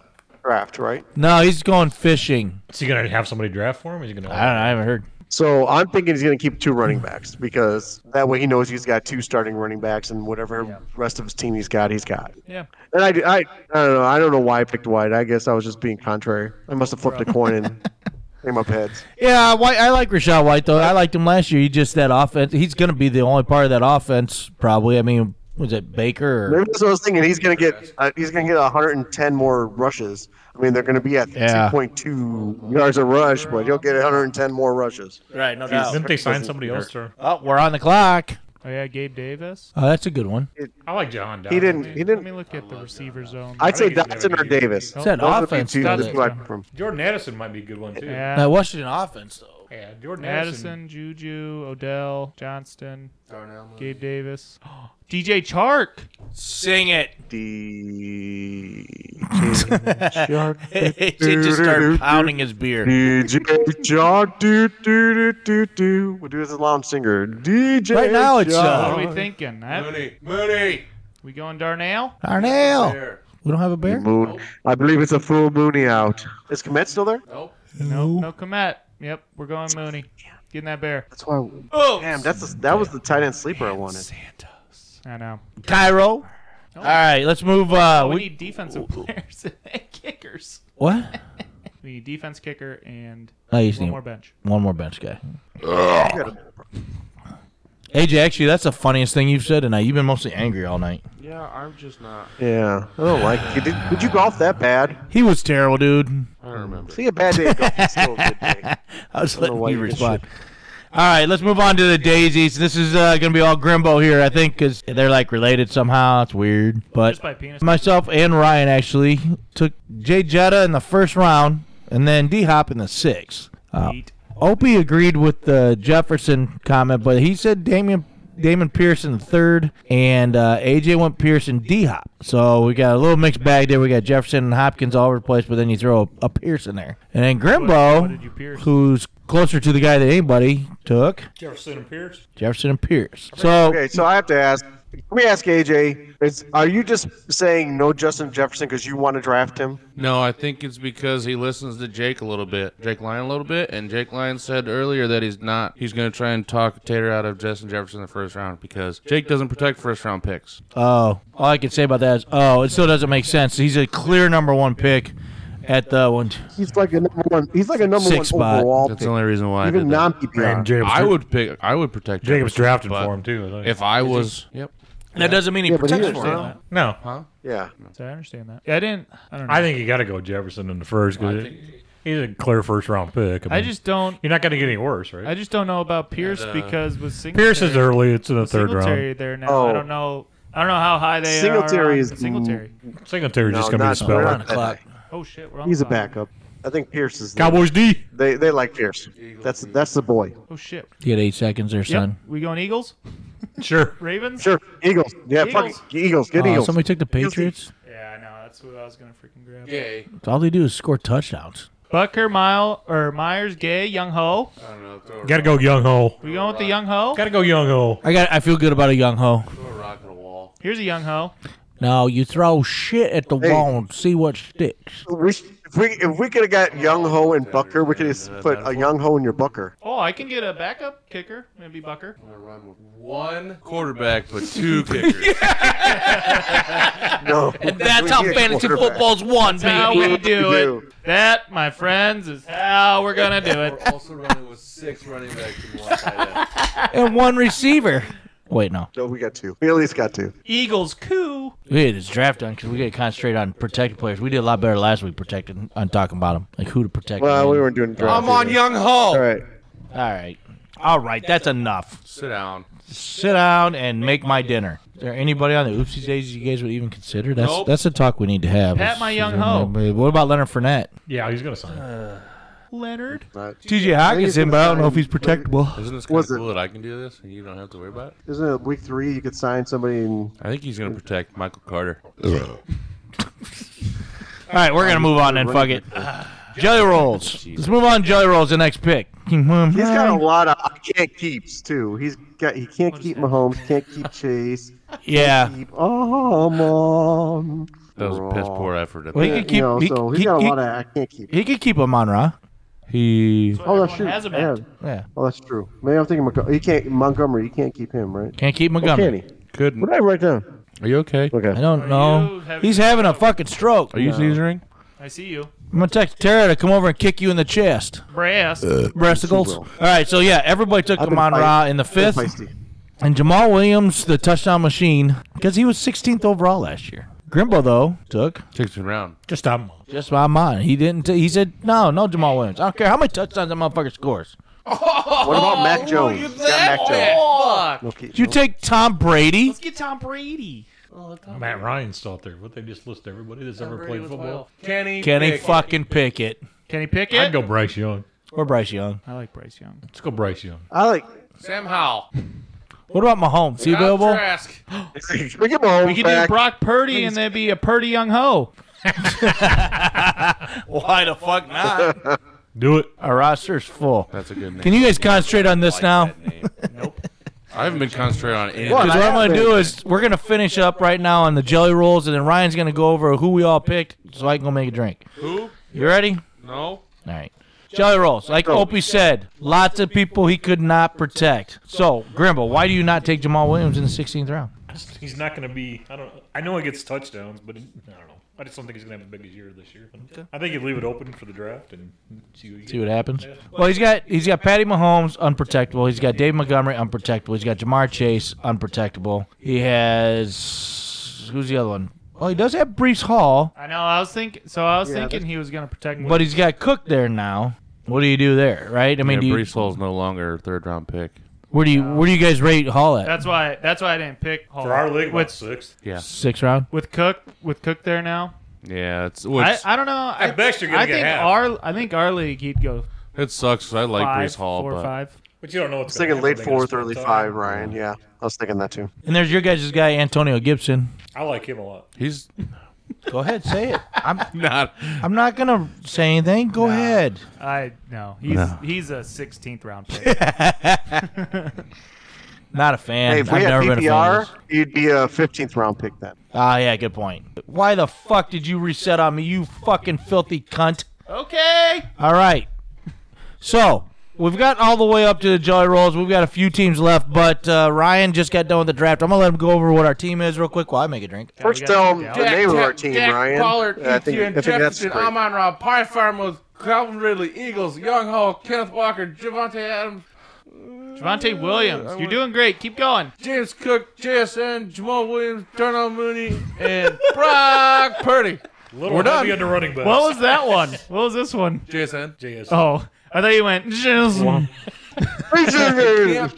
G: draft, right?
C: No, he's going fishing.
D: Is he going to have somebody draft for him? Is he going
C: I don't know. I haven't heard.
G: So I'm thinking he's going to keep two running backs because that way he knows he's got two starting running backs and whatever rest of his team he's got, he's got.
H: yeah.
G: And I, I, I don't know. I don't know why I picked White. I guess I was just being contrary. I must have flipped a coin and came up heads.
C: Yeah, White, I like Rashad White though. I liked him last year. He just that offense. He's going to be the only part of that offense probably. I mean, was it Baker? Or,
G: Maybe that's what I was thinking. He's going to get uh, he's going to get 110 more rushes. I mean, they're going to be at
C: Yeah.
G: 2.2 yards a rush, but he'll get 110 more rushes.
C: right, no
D: Didn't they sign somebody else? Or?
C: Oh, we're on the clock.
H: Oh yeah, Gabe Davis.
C: Oh, that's a good one.
D: I like John. Dodd.
G: He didn't. He
H: Let
G: didn't.
H: me look at the receiver zone.
G: I'd say
D: think he's
G: Dotson
D: never
G: or
D: gonna be-
G: Davis.
C: It's that
G: Those would be
C: offense.
G: two
C: that-
G: that's who I picked from.
D: Jordan Addison might be a good one too. Yeah,
C: That
H: yeah.
C: Washington offense though.
D: Jordan Addison.
H: Addison, Juju, Odell, Johnston, Gabe Davis, DJ Chark.
C: Sing it.
G: DJ Shark.
C: It just started pounding his beer.
G: DJ Shark. Do, do, do, do, do. We'll do this as a lounge singer. DJ
C: Right now it's,
G: Shark.
C: uh,
H: What are we thinking? That,
I: Mooney. Mooney.
H: we going Darnell?
C: Darnell.
I: There.
C: We don't have a bear?
G: Moon. I believe it's a full moony out. Is Komet still there?
C: No.
H: No Komet. Yep, we're going Mooney. Getting that bear.
G: That's why. Damn, that's the that was the tight end sleeper I wanted.
H: I know.
C: Cairo. All right, let's move. Uh,
H: we,
C: we,
H: need defensive players and kickers.
C: what? Oh,
H: We need defense kicker and
C: No, you just
H: one
C: need
H: more bench.
C: one more bench guy. AJ, actually, that's the funniest thing you've said tonight. You've been mostly angry all night.
I: Yeah, I'm just not.
G: Yeah, I don't like you. Did, did you golf that bad?
C: He was terrible, dude.
I: I don't remember.
G: See, a bad day of golf is still a good day.
C: I was
G: know
C: letting
G: why
C: you
G: you did
C: respond. All right, let's move on to the daisies. This is uh, going to be all Grimbo here, I think, because they're like related somehow. It's weird, but
H: Just by penis.
C: myself and Ryan actually took Jay Jetta in the first round, and then D Hop in the sixth. Uh,
H: Eight.
C: Opie agreed with the Jefferson comment, but he said Damian Damon Pierce in the third, and uh, AJ went Pierce and D Hop. So we got a little mixed bag there. We got Jefferson and Hopkins all over the place, but then you throw a, a Pierce in there, and then Grimbo,
H: what did you Pierce?
C: who's closer to the guy that anybody took,
D: Jefferson and Pierce.
C: Jefferson and Pierce. So
G: Okay, so I have to ask: Let me ask AJ: Is are you just saying no Justin Jefferson because you want to draft him?
I: No, I think it's because he listens to Jake a little bit, Jake Lyon a little bit, and Jake Lyon said earlier that he's not. He's going to try and talk Tater out of Justin Jefferson in the first round because Jake doesn't protect first round picks.
C: Oh, all I can say about that is, oh, it still doesn't make sense. He's a clear number one pick at the one.
G: He's like a number one. He's like a number
C: Six
G: one
C: spot.
G: overall.
I: That's
G: pick.
I: the only reason why.
G: Even
I: I did that.
G: non-PPR.
D: And Jacobs-
I: I would pick. I would protect.
D: Jacobs
I: Jefferson,
D: drafted
I: but
D: for him, too, I think.
I: If I was, yep.
C: That doesn't mean he
G: but he
C: protects
G: is
C: for
G: now.
C: him.
D: No,
G: Yeah.
H: So I understand that. Yeah, I didn't. I don't know.
D: I think you got to go Jefferson in the first because he's a clear first round pick. I,
H: I
D: mean,
H: just don't.
D: you're not going to get any worse, right?
H: I just don't know about Pierce
I: And, uh,
H: because with Singletary,
D: Pierce is early. It's in the third
H: Singletary
D: round.
H: there now.
G: Oh.
H: I don't know. I don't know how high they are.
G: Singletary
H: on
G: is-
H: Singletary.
D: Singletary's
G: No,
D: just going to be
G: not-
D: a spell.
G: we're not-
C: Nine o'clock.
H: Oh shit, we're on
G: He's
H: the
G: a
H: clock.
G: backup. I think Pierce is. the-
D: Cowboys D.
G: They they like Pierce. That's that's the boy.
H: Oh shit.
C: You had eight seconds there,
H: Yep.
C: son.
H: We going Eagles?
D: Sure.
H: Ravens?
G: Sure. Eagles. Yeah.
H: Eagles.
G: Fuck it. Eagles. Get
C: Oh,
G: Eagles.
C: somebody took the
G: Eagles.
C: Patriots.
H: Yeah, I know. That's what I was gonna freaking grab.
I: Gay.
C: All they do is score touchdowns.
H: Bucker, Mile, or Myers, Gay, Young Ho.
I: I don't know. Throw a,
D: Got to go Young Ho.
H: We going with the Young Ho?
D: Got to go Young Ho.
C: I got. I feel good about a young ho.
I: throw a rock at a wall.
H: Here's a Young Ho.
C: No, you throw shit at the
G: Hey.
C: wall and see what sticks.
G: We sh- if we if we could have got Young Ho and Bucker, we could have put a Young Ho in your Bucker.
H: Oh, I can get a backup kicker, maybe Bucker.
I: I'm gonna run with one quarterback but two kickers.
G: No.
C: That's how
G: We need a
C: fantasy
G: quarterback.
C: football's won,
H: That's how
C: baby.
H: we do
G: do.
H: it. That, my friends, is how we're gonna do
I: We're
H: it.
I: also running with six running backs and one tight end.
C: and one receiver. Wait, no.
G: No, we got two. We at least got two.
H: Eagles coup.
C: We had this draft done because we got to concentrate on protecting players. We did a lot better last week protecting on talking about them, like who to protect.
G: Well, we weren't doing draft.
I: I'm on
G: either.
I: Young Ho.
G: All right.
C: All right, all right, that's enough.
I: Sit down.
C: Sit down and make my dinner. Is there anybody on the oopsie days you guys would even consider? That's
I: Nope.
C: that's a talk we need to have.
H: Pat
C: Is-
H: my
C: is
H: young
C: there
H: hoe.
C: anybody- What about Leonard Fournette?
D: Yeah, he's going to
I: Uh,
D: sign.
H: Leonard.
C: T.J.
G: Hawkinson, but I don't know if he's
C: protectable.
I: Isn't this kind of
G: Was it-
I: cool that I can do this and you don't have to worry about it?
G: Isn't it week three? You could sign somebody and
I: I think he's going to protect Michael Carter.
C: All right, we're gonna move on then. Fuck it. Jelly rolls. Let's move on. Jelly rolls. The next pick.
G: he's got a lot of I can't keeps too. He's got he can't keep Mahomes, can't keep Chase,
C: Yeah.
G: keep oh mom.
I: That was a piss poor effort. At
C: Well, he
I: that.
C: could keep.
G: you know,
C: he,
G: so
C: he,
G: he's got a
C: he-
G: lot of I can't keep.
C: he could keep him on Ra.
I: He
G: Oh,
H: Everyone
G: that's true.
H: has him
G: Yeah.
H: at-
C: Yeah.
G: Oh, that's true. Maybe I'm thinking Montgomery. He can't Montgomery. You can't keep him, right?
C: Can't keep
G: Or
C: Montgomery.
G: Can he? What
I: couldn't.
G: did I write down?
I: Are you okay?
G: Okay.
C: I don't
H: you
C: know.
H: having
C: He's having a fucking stroke.
I: Are you scissoring?
H: I see you.
C: I'm gonna text Tara to come over and kick you in the chest.
H: Brass.
C: Uh. Breasticles.
G: will.
C: All right, so yeah, everybody took
G: I've been
C: Amon Ra
G: feisty.
C: in the fifth,
G: That's feisty.
C: and Jamal Williams, the touchdown machine, because he was 16th overall last year. Grimbo though took
I: Sixth round.
D: Just stop him.
C: just by mine. He didn't. T- he said no, no Jamal Williams. I don't care how many touchdowns that motherfucker scores.
G: What
C: Oh,
G: about Mac Jones? He's got Mac Jones. No keep.
C: Did you take Tom Brady?
H: Let's get Tom Brady.
D: Matt Ryan's still out there. What they just list everybody that's ever played football?
I: Kenny.
C: Kenny fucking Pickett
H: Kenny Pickett.
D: I'd go Bryce Young.
C: or Bryce Young?
H: I like Bryce Young.
D: Let's go Bryce Young.
I: Uh,
G: I like.
I: Sam Howell.
C: What about Mahomes? He available?
I: Trask.
G: We get Mahomes
H: We could do
G: back.
H: Brock Purdy, and there'd be a Purdy Young Ho.
C: Why the fuck not?
D: Do it.
C: Our roster's full.
I: That's a good name.
C: Can you guys concentrate on this now?
I: I haven't been concentrating on any.
G: What?
C: Because what I'm going to
G: Nice.
C: do is we're going to finish up right now on the jelly rolls, and then Ryan's going to go over who we all picked so I can go make a drink.
I: Who?
C: You ready?
I: No.
C: All right. Jelly rolls. Like Opie said, lots of people he could not protect. So, Grimble, why do you not take Jamal Williams in the 16th round?
D: He's not going to be. I don't. I know he gets touchdowns, but I don't know. I just don't think he's going to have as big a year this year. I think you leave it open for the draft and see who you
C: See
D: get.
C: what happens. Well, he's got he's got Patty Mahomes unprotectable. He's got Dave Montgomery unprotectable. He's got Jamar Chase unprotectable. He has who's the other one? Well, he does have Brees Hall,
H: I know. I was thinking. So I was
G: Yeah,
H: thinking he was going to protect.
C: but he's got Cook there now. What do you do there, right? I
I: I
C: mean,
I: mean,
C: do you-
I: Brees Hall's no longer a third round pick.
C: Where do you where do you guys rate Hall at?
H: that's why. That's why I didn't pick Hall.
D: For our league, what's
H: with,
D: sixth?
I: Yeah.
C: Sixth round.
H: with Cook with Cook there now.
I: Yeah. It's,
H: I,
I: which,
H: I don't know. I,
D: bet you're gonna
H: I
D: get
H: think
D: half.
H: our I think our league he'd go
I: it sucks 'cause I like
H: five,
I: Brees Hall,
H: four,
I: but
H: five.
D: But you don't know what's
G: I was thinking
D: gonna
G: late
D: happen. They're gonna
G: fourth, early
D: spend
G: five,
D: time.
G: Ryan. Yeah, I was thinking that too.
C: And there's your guys' guy Antonio Gibson.
D: I like him a lot.
I: he's
C: Go ahead, say it. I'm
I: not.
C: I'm not gonna say anything. Go ahead.
H: I no. He's he's a 16th round pick.
C: Not a fan.
G: Hey, if
C: I've
G: we had
C: never been a fan. of
G: PPR,
C: this.
G: you'd be a 15th round pick then.
C: Ah, yeah, good point. Why the fuck did you reset on me, you fucking filthy cunt?
H: Okay.
C: All right. So we've got all the way up to the Jelly Rolls. We've got a few teams left, but uh, Ryan just got done with the draft. I'm gonna let him go over what our team is real quick while I make a drink.
G: First, tell them the
I: Dak-
G: name of our
I: Dak-
G: team,
I: Dak
G: Ryan.
I: Pollard,
G: I think,
I: Etienne
G: I think that's
I: Jefferson,
G: great.
I: Amon Ra, Pie Farmer, Calvin Ridley, Eagles, Young Hall, Kenneth Walker, Javante Adams,
H: Javante Williams, you're doing great. Keep going.
I: James Cook, JSN, Jamal Williams, Darnell Mooney, and Brock Purdy.
D: Little
I: We're done.
D: heavy on the running backs.
H: What was that one? What was this one?
I: JSN.
D: JS?
H: Oh, I thought you went Jackson
I: Can't,
H: and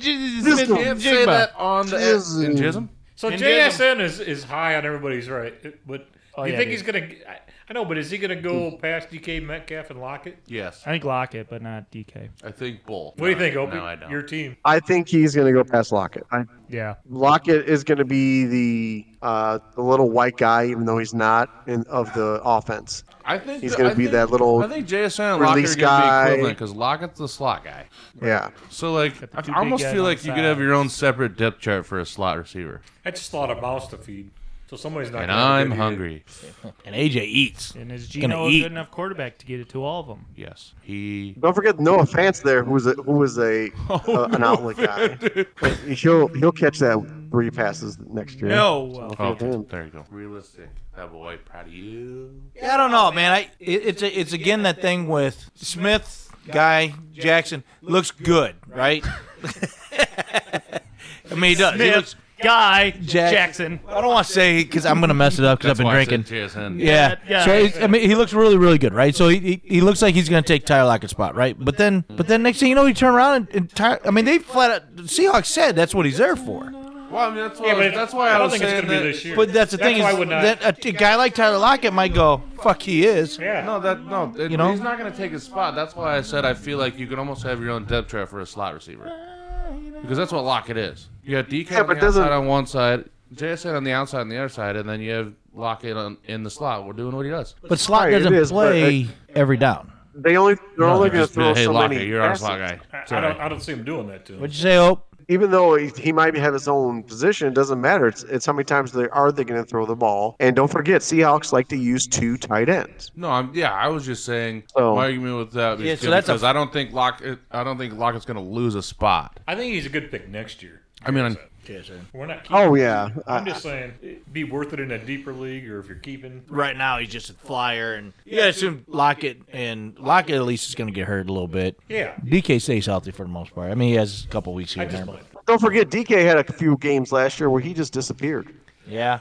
H: J- Smith
I: can't say
H: Jigba.
I: that on the and Jism.
D: So
H: And
D: JSN is, is high on everybody's right, but you
I: Oh,
H: yeah,
D: think
H: dude.
D: he's gonna? I- I know, but is he gonna go past DK Metcalf and lock it?
I: Yes,
H: I think Lockett, but not DK.
I: I think Bull.
D: What do you think, Opie?
I: No, I don't.
D: Your team.
G: I think he's going to go past Lockett. I,
H: Yeah.
G: Lockett is going to be the uh, the little white guy, even though he's not in, of the offense.
I: I think
G: He's
I: the-
G: gonna
I: I
G: be
I: think-
G: that little
I: I think JSN and Lockett
G: release
I: are gonna
G: guy.
I: be equivalent because Lockett's the slot guy.
G: Yeah,
I: So like,
H: the two
I: I almost
H: big guys
I: feel
H: on
I: like
H: the
I: you
H: side.
I: could have your own separate depth chart for a slot receiver.
D: That's just a lot of mouths to feed. So somebody's not.
I: And
D: gonna have a
I: I'm
D: good year.
I: hungry.
C: And AJ eats.
H: And is
C: Gonna
H: Gino a
C: eat.
H: good enough quarterback to get it to all of them?
I: Yes, he.
G: don't forget Noah Fant's there, who was a, who was a uh, an outlet guy. But he'll he'll catch that three passes next year.
H: No.
I: Oh,
G: him.
I: there you go. Realistic. That boy, proud of you.
C: Yeah, I don't know, man. I it, it's a, it's again that thing with Smith, Guy, Jackson looks good, right? I mean, he does. He looks,
H: Smith, Guy,
C: Jack-
H: Jackson.
C: I don't want to say because I'm gonna mess it up because I've been drinking.
I: JSN.
C: Yeah.
H: Yeah,
C: So
H: yeah.
C: he's- I mean, he looks really, really good, right? So he, he, he looks like he's going to take Tyler Lockett's spot, right? But then, but then next thing you know, he turn around and, and Ty, I mean, they flat out the Seahawks said that's what he's there for.
I: Well, I mean, that's why.
D: Yeah, but
I: that's why I,
D: I don't
I: was
D: think it's
I: saying
D: gonna
I: that,
D: be this year.
C: But that's the
D: That's
C: thing
D: why I
C: is
D: would not-
C: that a, a guy like Tyler Lockett might go, "Fuck, he is."
D: Yeah.
I: No, that no. It,
C: You know?
I: he's not going to take his spot. That's why I said I feel like you can almost have your own depth chart for a slot receiver, because that's what Lockett is. You got DK
G: Yeah,
I: on
G: but
I: the
G: doesn't-
I: outside on one side, JSN on the outside on the other side, and then you have Lockett on, in the slot. We're doing what he does.
C: But slot
G: Right, it
C: doesn't
G: is, but
C: play every down.
G: They only they're only going to
I: Just be
G: throw
I: like, hey,
G: so
I: Lockett,
G: many.
I: you're our
G: passes.
I: slot guy.
D: I, I
I: Sorry.
D: don't. I don't see him doing that to him.
C: What'd you say, "Oh." Hope?
G: Even though he, he might have his own position, it doesn't matter. It's, it's how many times they are they going to throw the ball. And don't forget, Seahawks like to use two tight ends.
I: No, I'm yeah. I was just saying
G: So-
I: my argument with that is
C: Yeah, so
I: good
C: that's a-
I: because I don't think Lock. I don't think Lockett's going to lose a spot.
D: I think he's a good pick next year.
I: I mean,
D: We're not. Keeping,
G: Oh yeah,
D: I'm
G: I,
D: just saying, it'd be worth it in a deeper league, or if you're keeping.
C: Right now, he's just a flyer, and yeah, I assume Lockett and Lockett at least is going to get hurt a little bit.
D: Yeah.
C: DK stays healthy for the most part. I mean, he has a couple weeks here
D: I
C: and there.
D: just.
C: but-
G: don't forget DK had a few games last year where he just disappeared.
C: Yeah.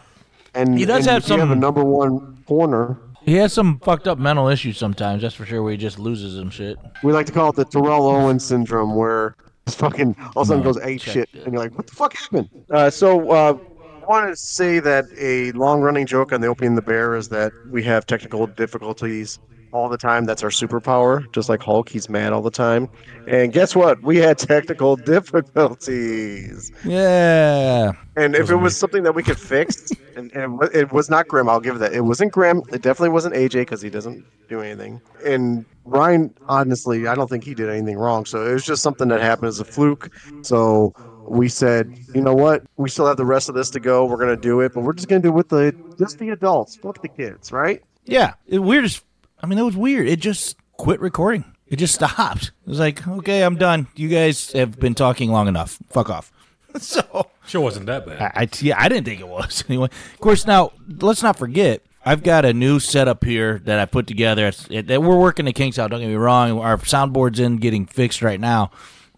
G: And
C: He does
G: and
C: have
G: if you have a
C: some-
G: number one corner.
C: He has some fucked up mental issues sometimes, that's for sure, where he just loses some shit.
G: We like to call it the Terrell Owens syndrome, where it's fucking all of a sudden goes ape shit, and you're like, "What the fuck happened?" Uh, so uh, I want to say that a long-running joke on the Opie and the Bear is that we have technical difficulties all the time. That's our superpower. Just like Hulk, he's mad all the time. And guess what? We had technical difficulties.
C: Yeah.
G: And if it was something that we could fix, and, and it wa- it was not Grim, I'll give it that. It wasn't Grim. It definitely wasn't AJ because he doesn't do anything. And Ryan, honestly, I don't think he did anything wrong. So it was just something that happened as a fluke. So we said, you know what? We still have the rest of this to go. We're gonna do it, but we're just gonna do it with the just the adults, fuck the kids, right?
C: Yeah. It weird as, I mean, that was weird. It just quit recording. It just stopped. It was like, okay, I'm done. You guys have been talking long enough. Fuck off. so
D: Sure wasn't that bad.
C: I, I yeah, I didn't think it was anyway. Of course, now let's not forget. I've got a new setup here that I put together. It's, it, that we're working the kinks out. Don't get me wrong. Our soundboard's in getting fixed right now,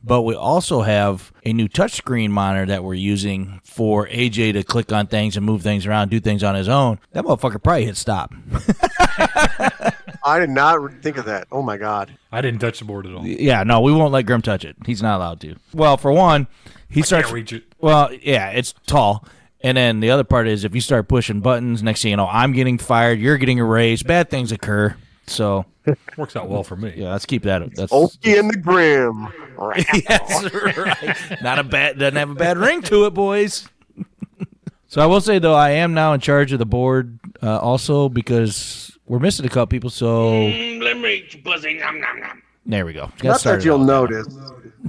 C: but we also have a new touchscreen monitor that we're using for AJ to click on things and move things around, do things on his own. That motherfucker probably hit stop.
G: I did not think of that. Oh my god.
D: I didn't touch the board at all.
C: Yeah, no, we won't let Grim touch it. He's not allowed to. Well, for one, he starts.
D: reach it.
C: Well, yeah, it's tall. And then the other part is if you start pushing buttons, next thing you know, I'm getting fired, you're getting erased, bad things occur. So
D: Works out well for me.
C: yeah, let's keep that. That's
G: Opie and the Grim. Right.
C: Yes, right. Not a bad doesn't have a bad ring to it, boys. so I will say though, I am now in charge of the board
E: Mm,
C: uh, also because we're missing a couple people. So
E: Lemon pussy, nom nom nom.
C: There we go.
G: Not that
C: started
G: you'll
C: off.
G: notice.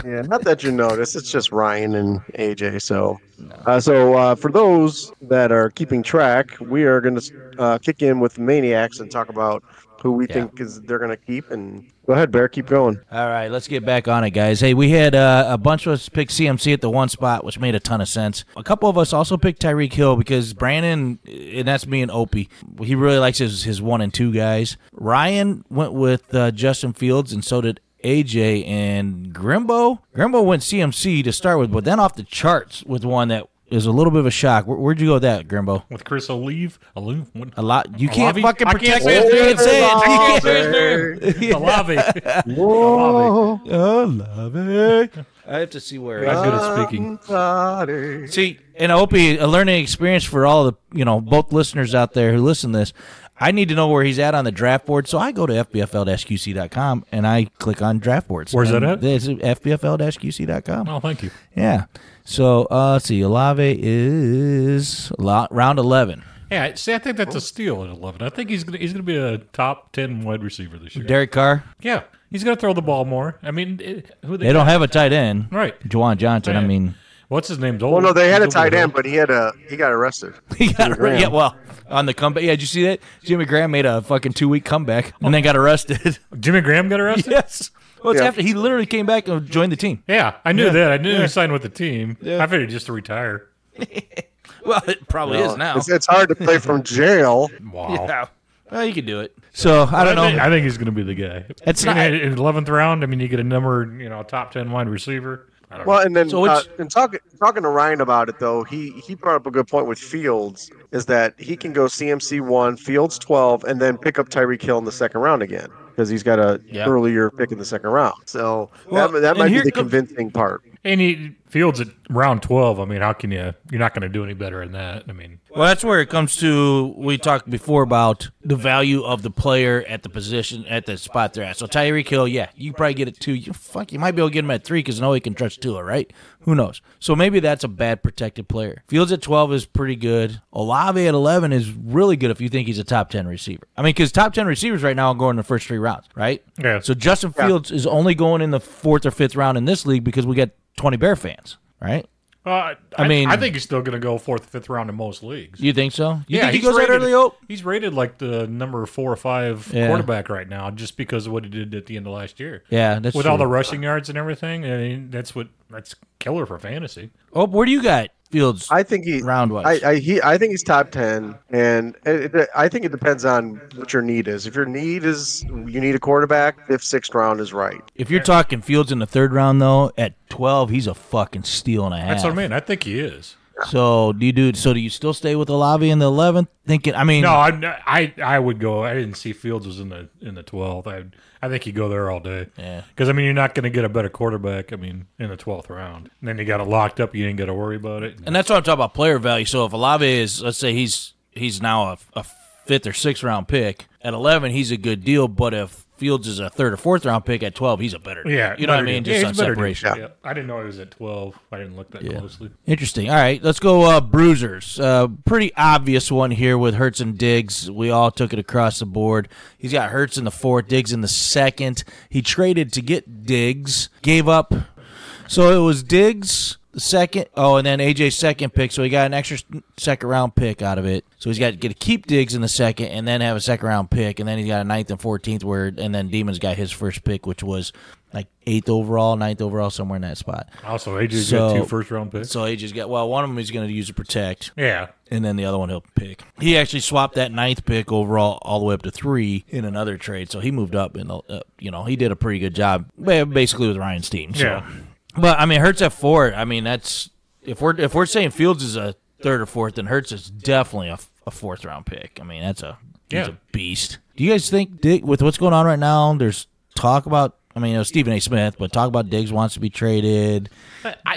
G: Yeah, not that you notice. It's just Ryan and AJ. So, uh, so uh, for those that are keeping track, we are going to uh, kick in with Maniacs and talk about who we think is they're going to keep. And go ahead, Bear, keep going.
C: All right, let's get back on it, guys. Hey, we had uh, a bunch of us pick CMC at the one spot, which made a ton of sense. A couple of us also picked Tyreek Hill because Brandon, and that's me and Opie, he really likes his, his one and two guys. Ryan went with uh, Justin Fields, and so did AJ and Grimbo. Grimbo went CMC to start with, but then off the charts with one that is a little bit of a shock. Where, where'd you go with that, Grimbo?
D: With Chris Olive, Olive, what-
C: A lot. You can't
D: Olave?
C: fucking
D: I
C: protect
D: can't say his
C: me.
D: name.
C: You can't say it.
D: I
G: Oh,
D: can't say
C: You
D: his
C: can't-
D: name. Olave. Whoa.
C: Olave. I have to see where uh,
D: Not good at speaking.
C: See, and Opie, a learning experience for all the you know both listeners out there who listen to this. I need to know where he's at on the draft board, so I go to fbfl-qc.com and I click on draft boards.
D: Where's
C: And
D: that at?
C: This is fbfl-qc.com.
G: Uh-huh.
D: Oh, thank you.
C: Yeah. So uh, let's see. Olave is lo- round eleven.
D: Yeah, see, I think that's a steal at eleven. I think he's gonna he's gonna be a top ten wide receiver this year.
C: Derek Carr.
D: Yeah, he's gonna throw the ball more. I mean, it, who
C: They don't have a tight end.
D: Right.
C: Juwan Johnson. I
D: Man.
C: mean,
D: What's his name's old?
G: Well, no, they had a
D: he's over
G: tight
D: the
G: end,
D: hill.
G: but he had a he got arrested.
C: he got
G: Graham.
C: yeah. Well, on the comeback. Yeah, did you see that? Jimmy Graham made a fucking two week comeback and then got arrested.
D: Jimmy Graham got arrested.
C: yes. Well, it's
G: Yeah.
C: after he literally came back and joined the team.
D: Yeah, I knew
C: Yeah.
D: that. I knew
C: Yeah.
D: he signed with the team.
C: Yeah.
D: I figured just to retire.
C: Well, it probably is now.
G: Uh, It's, it's hard to play from jail.
D: Wow.
C: Yeah. Well, you can do it. So I don't
D: think,
C: know.
D: I think he's going to be the guy.
C: It's
D: in,
C: not-
D: in 11th round. I mean, you get a number, you know, top 10 wide receiver. I don't know.
G: Well, and then
C: So
G: uh,
C: it's-
G: and talking talking to Ryan about it though, he he brought up a good point with Fields is that he can go CMC one, Fields twelve, and then pick up Tyreek Hill in the second round again because he's got a earlier pick in the second round. So
C: Well,
G: that, that
C: and
G: might be
C: here
G: the
C: comes-
G: convincing part.
D: And he fields at round 12. I mean, how can you? You're not going to do any better than that. I mean,
C: Well, that's where it comes to. We talked before about the value of the player at the position at the spot they're at. So Tyreek Hill, yeah, you probably get it two. You fuck, you might be able to get him at three because nobody can trust Tua, right? Who knows? So maybe that's a bad protected player. Fields at twelve is pretty good. Olave at eleven is really good if you think he's a top ten receiver. I mean, because top ten receivers right now are going in the first three rounds, right?
D: Yeah.
C: So Justin Fields is only going in the fourth or fifth round in this league because we got twenty Bear fans, right?
D: uh, I,
C: I mean-
D: I think he's still going to go fourth, fifth round in most leagues.
C: You think so? You think he
D: he's
C: goes that
D: rated-
C: early? Oh, Oak?
D: He's rated like the number four or five
C: Yeah.
D: quarterback right now, just because of what he did at the end of last year.
C: Yeah, that's
D: with all
C: true.
D: the rushing yards and everything. I mean, that's what that's killer for fantasy.
C: Oh, where do you got Fields?
G: I think he
C: Round-wise.
G: I I, he, I think he's top ten, and it, it- I think it depends on what your need is. If your need is you need a quarterback, fifth, sixth round is right.
C: if you're talking Fields in the third round, though, at 12, he's a fucking steal and a half.
D: That's what I mean. I think he is.
C: So do you do? So do you still stay with Olave in the 11th? Thinking, I mean,
D: No, I, I I would go. I didn't see Fields was in the in the twelfth. I I think you go there all day.
C: Yeah.
D: Because I mean, you're not going to get a better quarterback. I mean, in the twelfth round, and then you got it locked up. You ain't got to worry about it.
C: and that's what I'm talking about player value. So if Olave is, let's say he's he's now a, a fifth or sixth round pick at 11, he's a good deal. But if Fields is a third or fourth round pick at 12, he's a better. deal.
D: yeah,
C: you know what I
D: better
C: mean?
D: deal.
C: Just
D: Yeah,
C: on
D: it's better deal.
C: separation.
D: Yeah. I didn't know he was at twelve. I didn't look that closely.
C: Interesting. All right, let's go uh, Bruisers. Uh, pretty obvious one here with Hertz and Diggs. We all took it across the board. He's got Hertz in the fourth, Diggs in the second. He traded to get Diggs, gave up. So it was Diggs the second. Oh, and then AJ's second pick. So he got an extra s- second round pick out of it. So he's got to get to keep Diggs in the second, and then have a second round pick, and then he's got a ninth and fourteenth. Where and then Demons got his first pick, which was like eighth overall, ninth overall, somewhere in that spot.
D: Also, AJ's
C: So-
D: got two first round picks.
C: So AJ's got well, one of them he's going to use to protect,
D: yeah,
C: and then the other one he'll pick. He actually swapped that ninth pick overall all the way up to three in another trade, so he moved up and uh, you know he did a pretty good job, ba- basically with Ryan's team. So.
D: Yeah.
C: but I mean Hurts at four. I mean that's if we're if we're saying Fields is a third or fourth, then Hurts is definitely a, a fourth round pick. I mean that's a he's
D: Yeah.
C: a beast. Do you guys think Dick with what's going on right now? There's talk about. I mean, it was Stephen A. Smith, but talk about Diggs wants to be traded.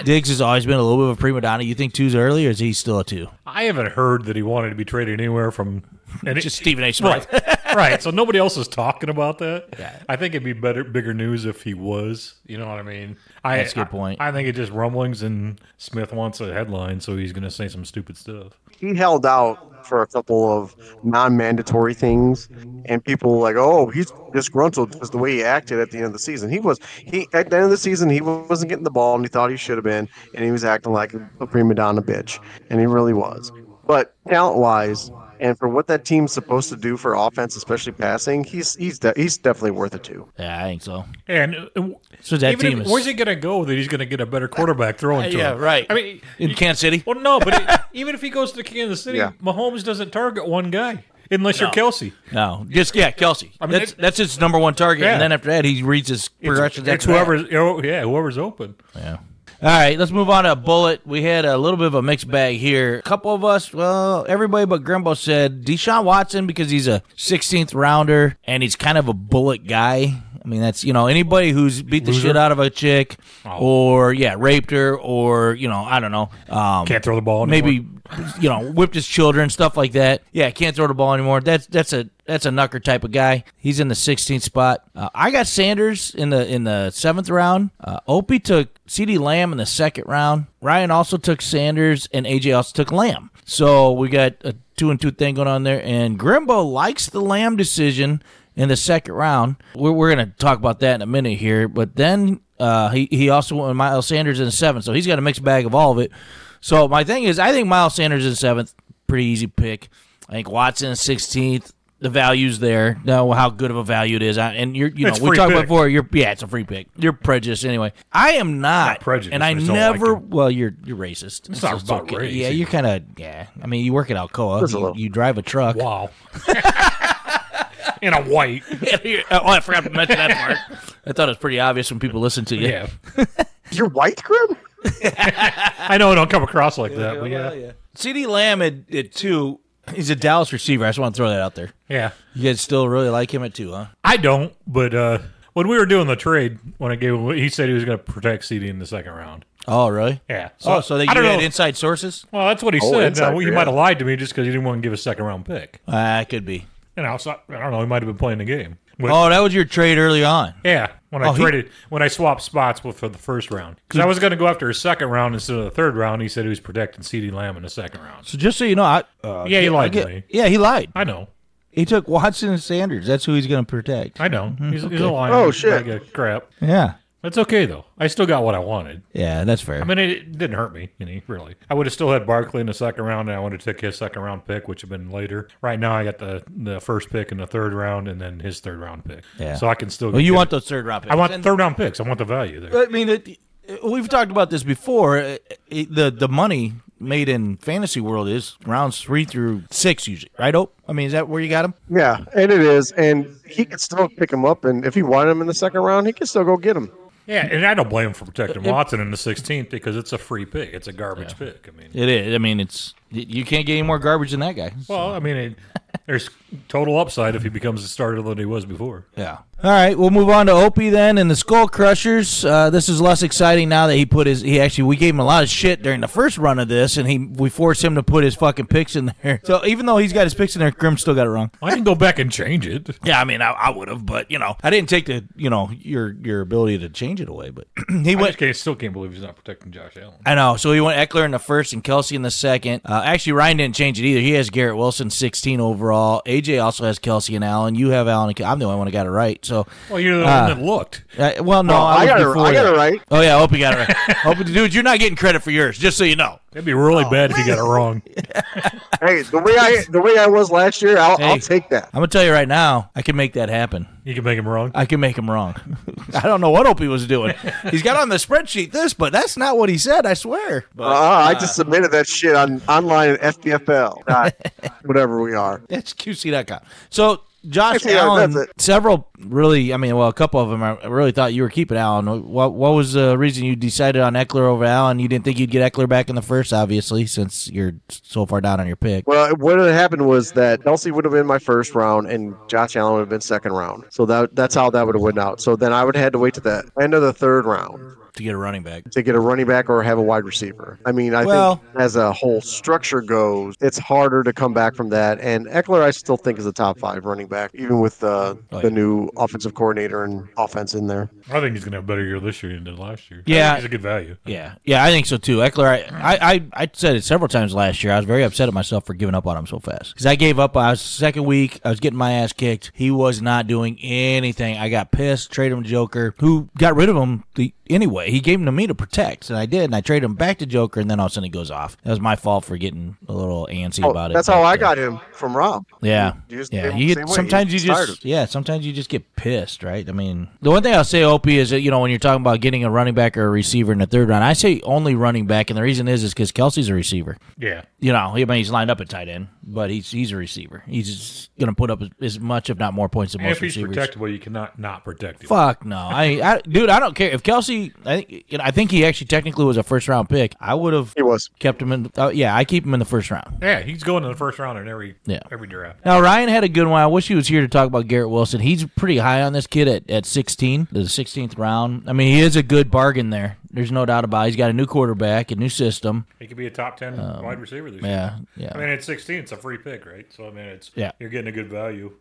C: Diggs has always been a little bit of a prima donna. You think two's early, or is he still a two?
D: I haven't heard that he wanted to be traded anywhere from. And
C: Just Stephen A. Smith.
D: Right, right. So nobody else is talking about that. I think it'd be better, bigger news if he was. You know what I mean? I,
C: That's a good point.
D: I, I think it's just rumblings, and Smith wants a headline, so he's going to say some stupid stuff.
G: He held out for a couple of non-mandatory things, and people were like, "Oh, he's disgruntled because the way he acted at the end of the season. He was he at the end of the season he wasn't getting the ball, and he thought he should have been, and he was acting like a prima donna bitch, and he really was. But talent-wise, and for what that team's supposed to do for offense, especially passing, he's he's de- he's definitely worth it too.
C: Yeah, I think so.
D: And uh, w-
C: So that
D: even if-
C: team is- Uh,
D: where's he going to go that he's going to get a better quarterback throwing to
C: Yeah,
D: him?
C: right.
D: I mean,
C: In Kansas City?
D: well, no, but it, even if he goes to Kansas City,
C: Yeah.
D: Mahomes doesn't target one guy unless you're
C: No.
D: Kelsey.
C: No, just yeah, Kelsey.
D: I mean,
C: that's
D: it-
C: that's his number one target,
D: Yeah.
C: and then after that, he reads his progressions.
D: it's
C: after that.
D: whoever's oh, yeah, whoever's open.
C: Yeah. All right, let's move on to Bullet. We had a little bit of a mixed bag here. A couple of us, well, everybody but Grimbo said Deshaun Watson because he's a 16th rounder and he's kind of a bullet guy. I mean, that's, you know, anybody who's beat the
D: Loser. Oh.
C: shit out of a chick or, yeah, raped her or, you know, I don't know. Um,
D: Can't throw the ball anymore.
C: Maybe, you know, whipped his children, stuff like that. Yeah, can't throw the ball anymore. That's that's a that's a knucker type of guy. He's in the 16th spot. Uh, I got Sanders in the in the seventh round. Uh, Opie took C.D. Lamb in the second round. Ryan also took Sanders, and AJ also took Lamb. So we got a two and two thing going on there. And Grimbo likes the Lamb decision in the second round. We're, we're going to talk about that in a minute here. But then uh, he he also went with Miles Sanders in the seventh, so he's got a mixed bag of all of it. So my thing is, I think Miles Sanders in seventh, pretty easy pick. I think Watson in sixteenth. The value's there. Now, how good of a value it is, I, and you're you know
D: It's
C: we
D: free
C: talked about
D: pick.
C: before. You're yeah, it's a free pick. You're prejudiced anyway. I am not,
D: prejudiced,
C: and I
D: I just don't like
C: never. well, you're you're racist.
D: It's not
C: just
D: about race.
C: Yeah, you're kind of yeah. I mean, you work at Alcoa.
G: Just a
C: You,
G: little.
C: you drive a truck.
D: Wow. In a white.
C: oh, I forgot to mention that part. I thought it was pretty obvious when people listen to you.
D: Yeah.
G: You're white, Grim.
D: I know it don't come across like that, but yeah.
C: CD Lamb at, at two. He's a Dallas receiver. I just want to throw that out there.
D: Yeah.
C: You guys still really like him at two, huh?
D: I don't, but uh, when we were doing the trade, when I gave him, he said he was going to protect CD in the second round.
C: Oh, really?
D: Yeah. Uh,
C: oh, so that
D: I
C: you
D: don't
C: had
D: know.
C: inside sources?
D: Well, that's what he
G: Oh,
D: said.
G: inside,
D: Now, he
G: yeah.
D: might have lied to me just because he didn't want to give a second round pick.
C: Ah, it could be.
D: And outside, I don't know. He might have been playing the game. But,
C: Oh, that was your trade early on.
D: yeah. When
C: Oh,
D: I
C: he-
D: traded, when I swapped spots with, for the first round, because I was going to go after a second round instead of the third round. He said he was protecting CD Lamb in the second round.
C: So just so you know, I, uh,
D: yeah, he
C: I
D: lied
C: get-
D: to me.
C: yeah, he lied.
D: I know.
C: He took Watson and Sanders. That's who he's going to protect.
D: I know. He's, he's a liar.
G: Oh,
D: He's a
G: shit.
D: bag of crap.
C: Yeah,
D: That's okay though. I still got what I wanted.
C: yeah, that's fair.
D: I mean, it didn't hurt me any really. I would have still had Barkley in the second round, and I would have took his second round pick, which would have been later. Right now, I got the the first pick in the third round, and then his third round pick.
C: Yeah.
D: So I can still.
C: well, you
D: get
C: want
D: it.
C: those third round picks.
D: I want the
C: And- Uh,
D: third round picks. I want the value there.
C: I mean, it, it- we've talked about this before. Uh, it- the the money made in fantasy world is rounds three through six usually, right? Oh, I mean, is that where you got him?
G: Yeah, and it is, and he could still pick him up, and if he wanted him in the second round, he could still go get him.
D: Yeah, and I don't blame him for protecting Watson in the 16th because it's a free pick. It's a garbage pick. I mean,
C: It is. I mean, it's y- you can't get any more garbage than that guy.
D: well, I mean, it, there's total upside if he becomes the starter than he was before.
C: Yeah. All right, we'll move on to Opie then and the Skull Crushers. Uh, this is less exciting now that he put his. He actually we gave him a lot of shit during the first run of this, and he we forced him to put his fucking picks in there. So even though he's got his picks in there, Grim still got it wrong.
D: I didn't go back and change it.
C: Yeah, I mean, I, I would have, but you know, I didn't take the you know your your ability to change it away. But he
D: I
C: went.
D: just can't, still can't believe he's not protecting Josh Allen.
C: I know. So he went Eckler in the first and Kelsey in the second. Uh, actually, Ryan didn't change it either. He has Garrett Wilson 16 overall. AJ also has Kelsey and Allen. You have Allen. And Ke- I'm the only one who got it right. So,
D: Well, you're the
C: Ah.
D: one that looked.
C: uh, well, no,
G: Oh, I
C: was
G: got it-
C: before
G: I got
C: that.
G: it right.
C: Oh yeah, Opie got it right. Opie, dude, you're not getting credit for yours. Just so you know.
D: That'd be
C: Oh.
D: really bad if you got it wrong.
G: Hey, the way I the way I was last year, I'll,
C: Hey.
G: I'll take that.
C: I'm gonna tell you right now, I can make that happen.
D: You can make him wrong.
C: I can make him wrong. I don't know what Opie was doing. He's got on the spreadsheet this, but that's not what he said. I swear.
G: Uh, I just submitted that shit on online at FBFL, dot whatever we are.
C: That's QC.com. So Josh
G: Actually, yeah,
C: Allen,
G: that's
C: several really, I mean, well, a couple of them. I really thought you were keeping Allen. What what was the reason you decided on Eckler over Allen? You didn't think you'd get Eckler back in the first, obviously, since you're so far down on your pick.
G: Well, what had happened was that Kelsey would have been my first round, and Josh Allen would have been second round. So that that's how that would have went out. So then I would have had to wait to the end of the third round
C: to get a running back.
G: to get a running back or have a wide receiver. I mean, I
C: Well-
G: think as a whole structure goes, it's harder to come back from that. And Eckler, I still think is a top five running back, even with uh, the new offensive coordinator and offense in there.
D: I think he's gonna have a better year this year than he did last year. I
C: Yeah.
D: think he's a good value.
C: Yeah, yeah, I think so too. Eckler, I, I, I, I said it several times last year. I was very upset at myself for giving up on him so fast because I gave up. I was second week. I was getting my ass kicked. He was not doing anything. I got pissed. Traded him to Joker, who got rid of him the, anyway. He gave him to me to protect, and I did. And I traded him back to Joker, and then all of a sudden he goes off. That was my fault for getting a little antsy about it.
G: Oh, That's how I got him from Rob.
C: Yeah,
G: You just
C: yeah.
G: gave him
C: You
G: the
C: get,
G: same way.
C: sometimes you
G: He's tired of
C: just yeah. Sometimes you just get pissed, right? I mean, the one thing I'll say, Opie, is that you know when you're talking about getting a running back or a receiver in the third round, I say only running back, and the reason is is because Kelsey's a receiver.
D: Yeah.
C: You know, he, I mean, he's lined up at tight end, but he's he's a receiver. He's just gonna put up as, as much, if not more, points than
D: And
C: most
D: if he's
C: receivers.
D: protectable, you cannot not protect him.
C: Fuck no, I, I dude, I don't care if Kelsey. I think you know, I think he actually technically was a first round pick. I would have. He
G: was
C: kept him in. Uh, yeah, I keep him in the first round.
D: Yeah, he's going to the first round in every
C: Yeah.
D: every draft.
C: Now Ryan had a good one. I wish he was here to talk about Garrett Wilson. He's pretty high on this kid at, at 16, the 16th round. I mean, he is a good bargain there. There's no doubt about. it. He's got a new quarterback, a new system.
D: He could be a top ten wide receiver this
C: Um, yeah,
D: year.
C: yeah.
D: I mean, at sixteen, it's a free pick, right? So I mean, it's
C: Yeah.
D: you're getting a good value.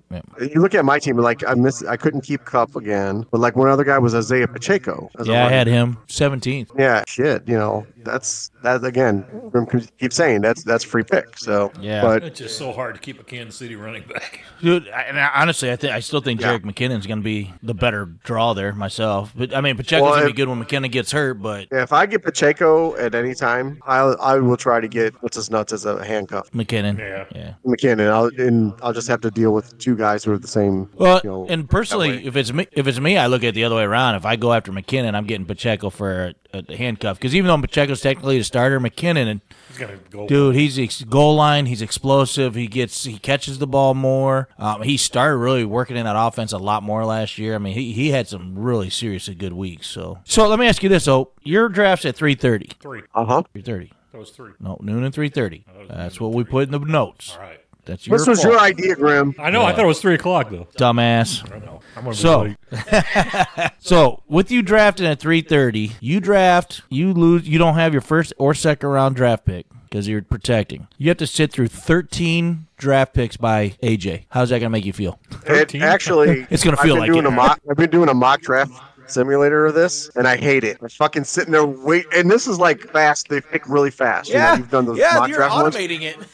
G: You look at my team, like I miss, I couldn't keep Cup again, but like one other guy was Isaiah Pacheco. as a
C: Yeah, I
G: running
C: had him 17th.
G: Yeah, shit. You know, that's that again. Grim can Keep saying that's that's free pick. So but
D: it's just so hard to keep a Kansas City running back.
C: Dude, I, and I, honestly, I think I still think Jarek McKinnon's going to be the better draw there myself. But I mean, Pacheco's
G: Well,
C: going to
G: if-
C: be good when McKinnon gets hurt, but
G: yeah, if I get Pacheco at any time, I I will try to get what's his nuts as a handcuff.
C: McKinnon. Yeah. Yeah.
G: McKinnon. I'll and I'll just have to deal with two guys who are the same.
C: Well,
G: you know,
C: and personally, if it's me, if it's me, I look at it the other way around. If I go after McKinnon, I'm getting Pacheco for a, a handcuff because even though Pacheco's technically the starter, McKinnon and
D: He's gonna go.
C: dude, he's ex- goal line. He's explosive. He gets he catches the ball more. Um, he started really working in that offense a lot more last year. I mean, he, he had some really seriously good weeks. So so let me ask you this: So your draft's at three thirty.
D: Three.
G: Uh huh.
C: Three thirty.
D: That was three.
C: No, Oh, noon and three thirty. That's what we put in the notes. All
D: right.
C: That's your fault.
G: Grim.
D: I know. I
C: Yeah.
D: thought it was three o'clock though.
C: dumbass.
D: I'm gonna be
C: so, so with you drafting at three thirty, you draft, you lose, you don't have your first or second round draft pick because you're protecting. You have to sit through thirteen draft picks by AJ. How's that gonna make you feel?
G: it, actually,
C: It's gonna
G: I've
C: feel
G: been
C: like
G: doing
C: it.
G: a mock, I've been doing a mock draft simulator of this, and I hate it. I'm fucking sitting there wait, and this is like fast. They pick really fast. You know, you've done those mock draft ones.
C: it.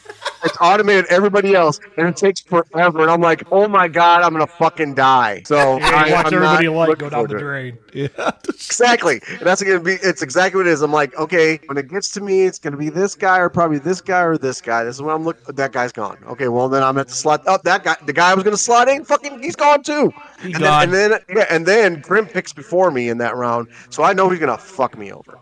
G: It's automated everybody else, and it takes forever. And I'm like, oh my god, I'm gonna fucking die. So
D: Yeah, you
G: I,
D: watch
G: I'm
D: everybody
G: not
D: like
G: looking
D: go down the
G: forward to it.
D: drain.
G: Exactly, and that's gonna be. It's exactly what it is. I'm like, okay, when it gets to me, it's gonna be this guy or probably this guy or this guy. This is when I'm look. That guy's gone. Okay, well then I'm at the slot. Up that guy, the guy I was gonna slot in. Fucking, he's gone too. and,
C: gone.
G: Then, and then yeah, and then Grim picks before me in that round, so I know he's gonna fuck me over.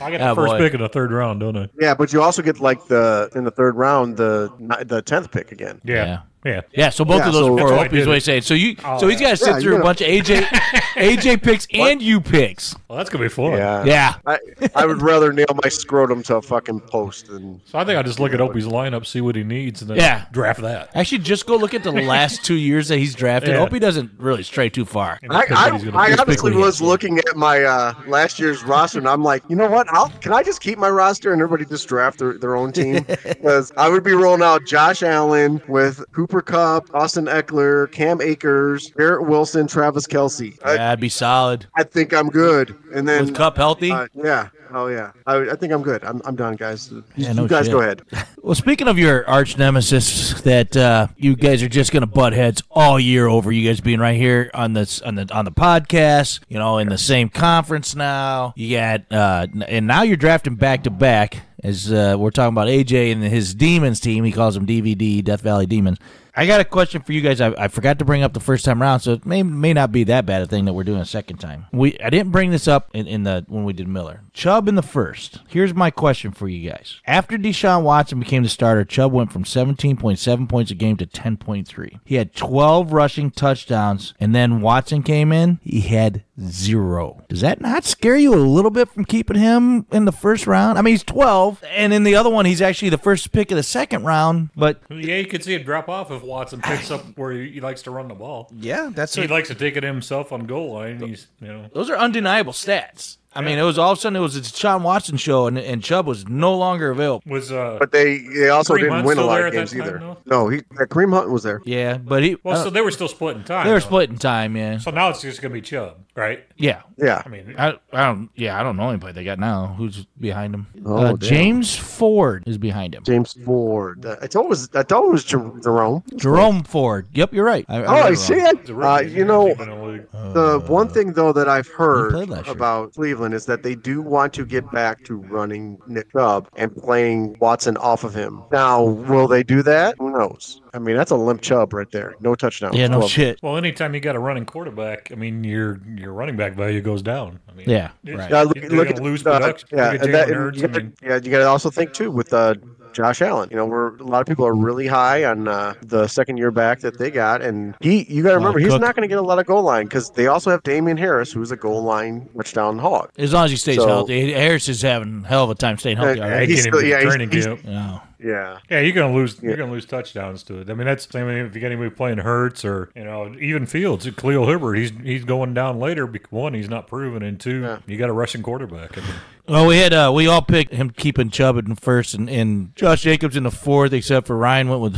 D: I got
C: Oh,
D: the first
C: boy.
D: pick in the third round, don't I?
G: Yeah, but you also get like the in the third round the the tenth pick again.
D: Yeah. Yeah.
C: Yeah, so both
G: Yeah,
C: of those
G: so-
C: were
G: That's why I
C: Opie's
G: did
C: way
G: it.
C: of saying. So you,
G: Oh,
C: so he's
G: yeah.
C: got to sit
G: Yeah,
C: through
G: you're
C: a bunch of AJ, AJ picks and you picks.
D: Well, that's gonna be fun.
G: Yeah.
C: Yeah.
G: I, I would rather nail my scrotum to a fucking post than.
D: So I think I just look at Opie's lineup, see what he needs, and then
C: Yeah.
D: draft that.
C: Actually, just go look at the last two years that he's drafted.
D: Yeah.
C: Opie doesn't really stray too far.
G: I, I, I honestly was looking at my uh, last year's roster, and I'm like, you know what? I'll, can I just keep my roster and everybody just draft their, their own team? Because I would be rolling out Josh Allen with Cooper Cup, Austin Eckler, Cam Akers, Garrett Wilson, Travis Kelsey. I,
C: Yeah, I'd be solid.
G: I think I'm good. And then
C: With Cup healthy?
G: Uh, yeah. Oh yeah. I, I think I'm good. I'm, I'm done, guys. you
C: no
G: guys
C: shit.
G: go ahead.
C: Well, speaking of your arch nemesis, that uh, you guys are just gonna butt heads all year over. You guys being right here on this on the on the podcast, you know, in the same conference now. You got uh, n- and now you're drafting back to back. As uh, we're talking about AJ and his demons team, he calls them DVD Death Valley Demons. I got a question for you guys. I, I forgot to bring up the first time around, so it may may not be that bad a thing that we're doing a second time. We I didn't bring this up in, in the when we did Miller. Chubb in the first. Here's my question for you guys. After Deshaun Watson became the starter, Chubb went from 17.7 points a game to 10.3. He had 12 rushing touchdowns, and then Watson came in. He had zero. Does that not scare you a little bit from keeping him in the first round? I mean, he's 12, and in the other one, he's actually the first pick of the second round, but
D: Yeah, you could see it drop off if if Watson picks up where he, he likes to run the ball.
C: Yeah, that's
D: he
C: what-
D: likes to take it himself on goal line. He's you know
C: Those are undeniable stats. I mean, it was all of a sudden it was a Sean Watson show, and, and Chubb was no longer available.
D: was uh
G: But they they also
D: Kareem
G: didn't
D: Hunt
G: win a
D: still
G: lot
D: there
G: of
D: at that
G: games
D: time,
G: either.
D: though?
G: no, he uh, Kareem Hunt was there.
C: Yeah, but he
D: well,
C: I
D: so
C: don't-
D: they were still splitting time.
C: uh, they were
D: though.
C: splitting time. Yeah,
D: So now it's just gonna be Chubb, right?
C: yeah,
G: Yeah.
D: I mean,
C: I, I don't. Yeah, I don't know anybody they got now. Who's behind him?
G: Oh,
C: uh,
G: damn.
C: James Ford is behind him.
G: James Ford. Uh, I thought it was I thought it was Jer- Jerome.
C: Jerome Ford. Yep, you're right. I, I
G: Oh,
C: read
G: I
C: it
G: see
C: wrong.
G: it.
D: the
G: Uh,
D: rookies
G: you
D: are
G: know,
D: keeping a league.
G: the one thing though that I've heard
C: played last year.
G: about Cleveland is that they do want to get back to running Nick Chubb and playing Watson off of him. Now, will they do that? Who knows? I mean, that's a limp Chubb right there. No touchdowns.
C: Yeah, no
G: 12.
C: shit.
D: well, anytime you got a running quarterback, I mean your your running back value goes down. I mean,
C: Yeah,
D: It's-
C: right.
G: Yeah, look,
D: They're
G: look
D: gonna
G: at
D: lose
G: uh,
D: production.
G: yeah,
D: Look at
G: and that-
D: Jalen
G: and
D: Hurts,
G: you
D: I
G: gotta-
D: mean-
G: yeah, you got to also think too with uh, Josh Allen. You know, we're a lot of people are really high on uh, the second year back that they got, and he you got
C: Well,
G: to remember he's
C: Cook-
G: not going to get a lot of goal line because they also have Damian Harris, who's a goal line touchdown hog.
C: As long as he stays
G: So-
C: healthy, Harris is having a hell of a time staying healthy
G: Uh,
C: already.
G: he's
D: Can't even
G: still-
D: get
G: yeah,
D: to
G: he's-
D: training
G: he's-
D: camp.
C: No.
G: Yeah.
D: Yeah, you're gonna lose.
G: Yeah.
D: You're gonna lose touchdowns to it. I mean, that's the same if you got anybody playing Hurts or you know even Fields, Khalil Hibbert. He's he's going down later. bec- One, he's not proven, and two, you got a rushing quarterback. I mean,
C: Well, we had uh, we all picked him keeping Chubb in the first and, and Josh Jacobs in the fourth, except for Ryan went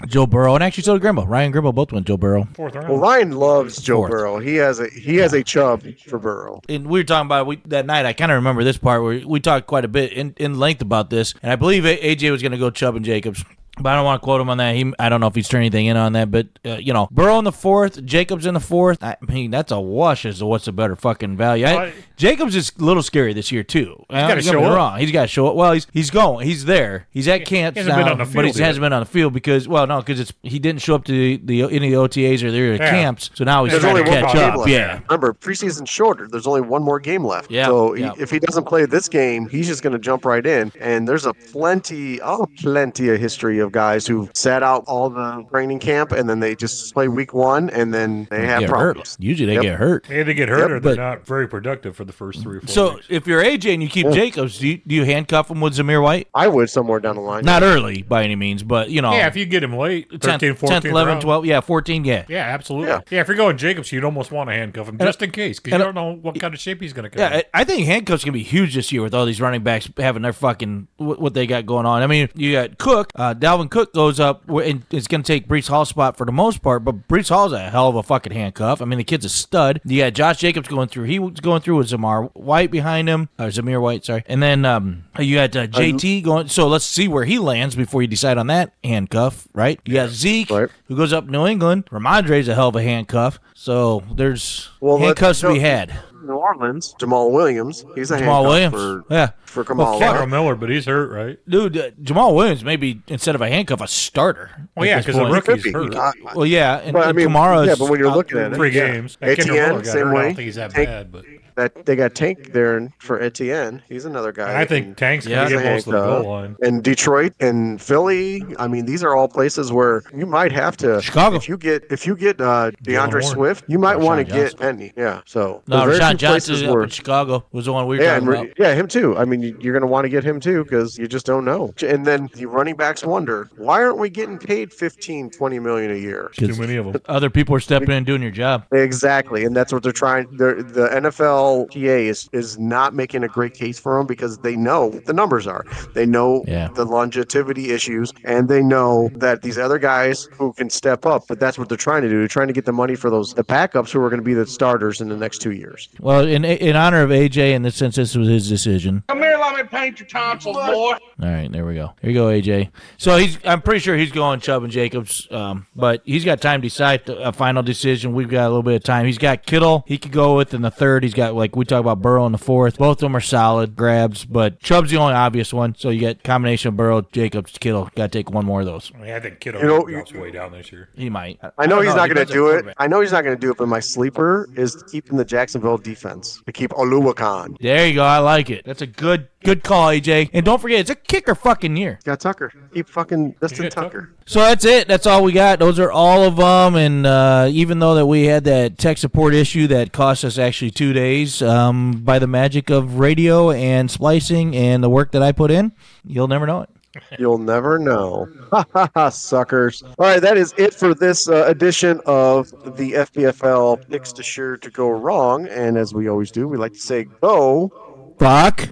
C: with Joe Burrow, and actually so did Grimbo. Ryan and Grimbo both went Joe Burrow.
D: fourth round.
G: Well, Ryan loves Joe
C: Fourth.
G: Burrow. He has a he has a chub for Burrow.
C: and we were talking about it, we, that night. I kind of remember this part where we talked quite a bit in, in length about this, and I believe A- AJ was going to go Chubb and Jacobs. But I don't want to quote him on that. He, I don't know if he's turned anything in on that, but uh, you know, Burrow in the fourth, Jacobs in the fourth. I mean, that's a wash as to what's the better fucking value. I,
D: Well, I-
C: Jacobs is a little scary this year too. Uh, He's
D: gotta show up.
C: wrong. He's got to show up. Well, he's he's going. He's there. He's at camp
D: hasn't
C: now,
D: been on the
C: but
D: field
C: he
D: yet.
C: hasn't been on the field because well, no, because it's he didn't show up to the, the any of the OTAs or their
D: Yeah.
C: camps. So now he's
G: There's
C: trying
G: only
C: to
G: one more
C: catch
G: game
C: up.
G: left.
C: Yeah.
G: Remember, preseason's shorter. There's only one more game left.
C: Yeah,
G: So he-
C: yeah.
G: if he doesn't play this game, he's just going to jump right in. And there's a plenty, oh, plenty of history of guys who sat out all the training camp and then they just play week one and then they have
C: Get hurt.
G: problems.
C: Usually they
G: Yep.
C: get hurt.
D: Hey, they get hurt, or they're
C: but-
D: not very productive for the first three or four.
C: So
D: weeks.
C: if you're AJ and you keep Jacobs, do you, do you handcuff him with Zamir White?
G: I would somewhere down the line.
C: Not early by any means, but you know,
D: yeah, if you get him late,
C: 10th,
D: 13, 14,
C: 10th, 11,
D: round.
C: 12, yeah, 14, yeah.
D: Yeah, absolutely.
G: Yeah.
D: Yeah. if you're going Jacobs, you'd almost want to handcuff him just in case because you
C: and-
D: don't know what kind of shape he's going to come.
C: Yeah,
D: in.
C: I I think handcuffs can be huge this year with all these running backs having their fucking wh- what they got going on. I mean, you got Cook, uh, Dalvin Cook goes up, wh- and it's going to take Brees Hall's spot for the most part. But Brees Hall's a hell of a fucking handcuff. I mean, the kid's a stud. You got Josh Jacobs going through. He was going through with Zamar White behind him, or Zamir White, sorry. And then um, you got uh, JT going. So let's see where he lands before you decide on that handcuff, right? You got Zeke
G: Right.
C: who goes up New England. Ramondre's a hell of a handcuff. So there's
G: Well, let's-
C: handcuffs to be
G: no-
C: had.
G: New Orleans, Jamal Williams. He's a
C: Jamal
G: handcuff
C: Williams.
G: for
C: yeah.
G: for Kamal.
C: fuck.
D: Darrell Miller, but he's hurt, right?
C: Dude, uh, Jamal Williams maybe instead of a handcuff, a starter.
D: Well,
C: at
D: yeah,
C: this
D: 'cause the
C: point.
D: rookie-
G: Could
D: He's
G: be.
D: hurt.
G: Uh,
C: Well, yeah, and, uh,
G: But, I
C: and
G: mean,
C: Kamara's
G: yeah, but when you're looking at it-
D: Three
G: Yeah.
D: games. That Kendrick
G: Etienne,
D: Miller got hurt.
G: same
D: I
G: way.
D: don't think he's that
G: Tank-
D: bad, but
G: that they got Tank there for Etienne. He's another guy.
D: I
G: that
D: think
G: can-
D: Tank's
C: Yeah,
D: going to
G: He's
D: get
G: a
D: most of the
G: handcuff.
D: goal line.
G: And Detroit and Philly. I mean, these are all places where you might have to.
C: Chicago.
G: If you get if you get uh, DeAndre
D: Warren.
G: Swift, you might want to
C: Johnson.
G: get Penny. Yeah. So
C: no,
G: there's very
C: Rashawn
G: few places
C: Johnson up
G: where-
C: in Chicago was the one we were
G: yeah, and
C: talking
G: re-
C: about.
G: yeah, him too. I mean, you- you're going to want to get him too because you just don't know. And then the running backs wonder why aren't we getting paid 15, 20 million a year?
D: Too many of them.
C: Other people are stepping in and doing your job.
G: Exactly, and that's what they're trying. They're, the NFL PA is is not making a great case for them because they know what the numbers are. They know
C: Yeah.
G: the longevity issues, and they know that these other guys who can step up. But that's what they're trying to do. They're trying to get the money for those the backups who are going to be the starters in the next two years.
C: Well, in in honor of AJ, and this, since this was his decision. Come here, let me paint your tonsils, boy. All right, there we go. Here you go, AJ. So he's, I'm pretty sure he's going Chubb and Jacobs, um, but he's got time to decide the- a final decision. We've got a little bit of time. He's got Kittle. He could go with in the third. He's got like we talked about Burrow in the fourth. Both of them are solid grabs, but Chubb's the only obvious one. So you got combination of Burrow, Jacobs, Kittle. Got to take one more of those.
D: I, mean, I think Kittle
G: You know,
D: drops way down this year.
C: He might.
G: I know
C: don't
G: he's not going
C: Depends
G: to
C: on
G: do it.
C: quarterback.
G: I know he's not going to do it. But my sleeper is keeping the Jacksonville defense to keep Oluwakan.
C: There you go. I like it. That's a good good call, AJ. And don't forget, it's a kicker fucking year.
G: Got Tucker. Keep fucking Justin
D: got Tucker.
G: Tucker.
C: So that's it. That's all we got. Those are all of them. And uh, even though that we had that tech support issue that cost us actually two days, um, by the magic of radio and splicing and the work that I put in, you'll never know it.
G: You'll never know. Ha ha ha, suckers. All right, that is it for this uh, edition of the FBFL Picks to Sure to Go Wrong. And as we always do, we like to say, go
C: fuck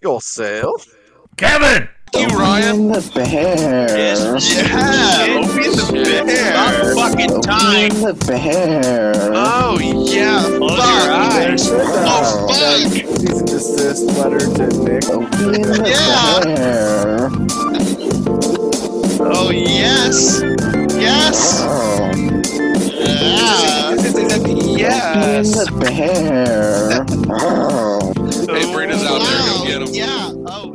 G: yourself.
C: Kevin!
G: You, Ryan. The bear.
E: Yeah, Opie the bear. About fucking time. the bear. Oh yeah, fuck. Oh fuck.
G: Cease and desist letter to Nick. Oh,
E: Yeah. Oh yes. Yes. Yeah. Yes. the bear.
K: Hey, Brina's out there. Go get him.
E: Yeah. Oh.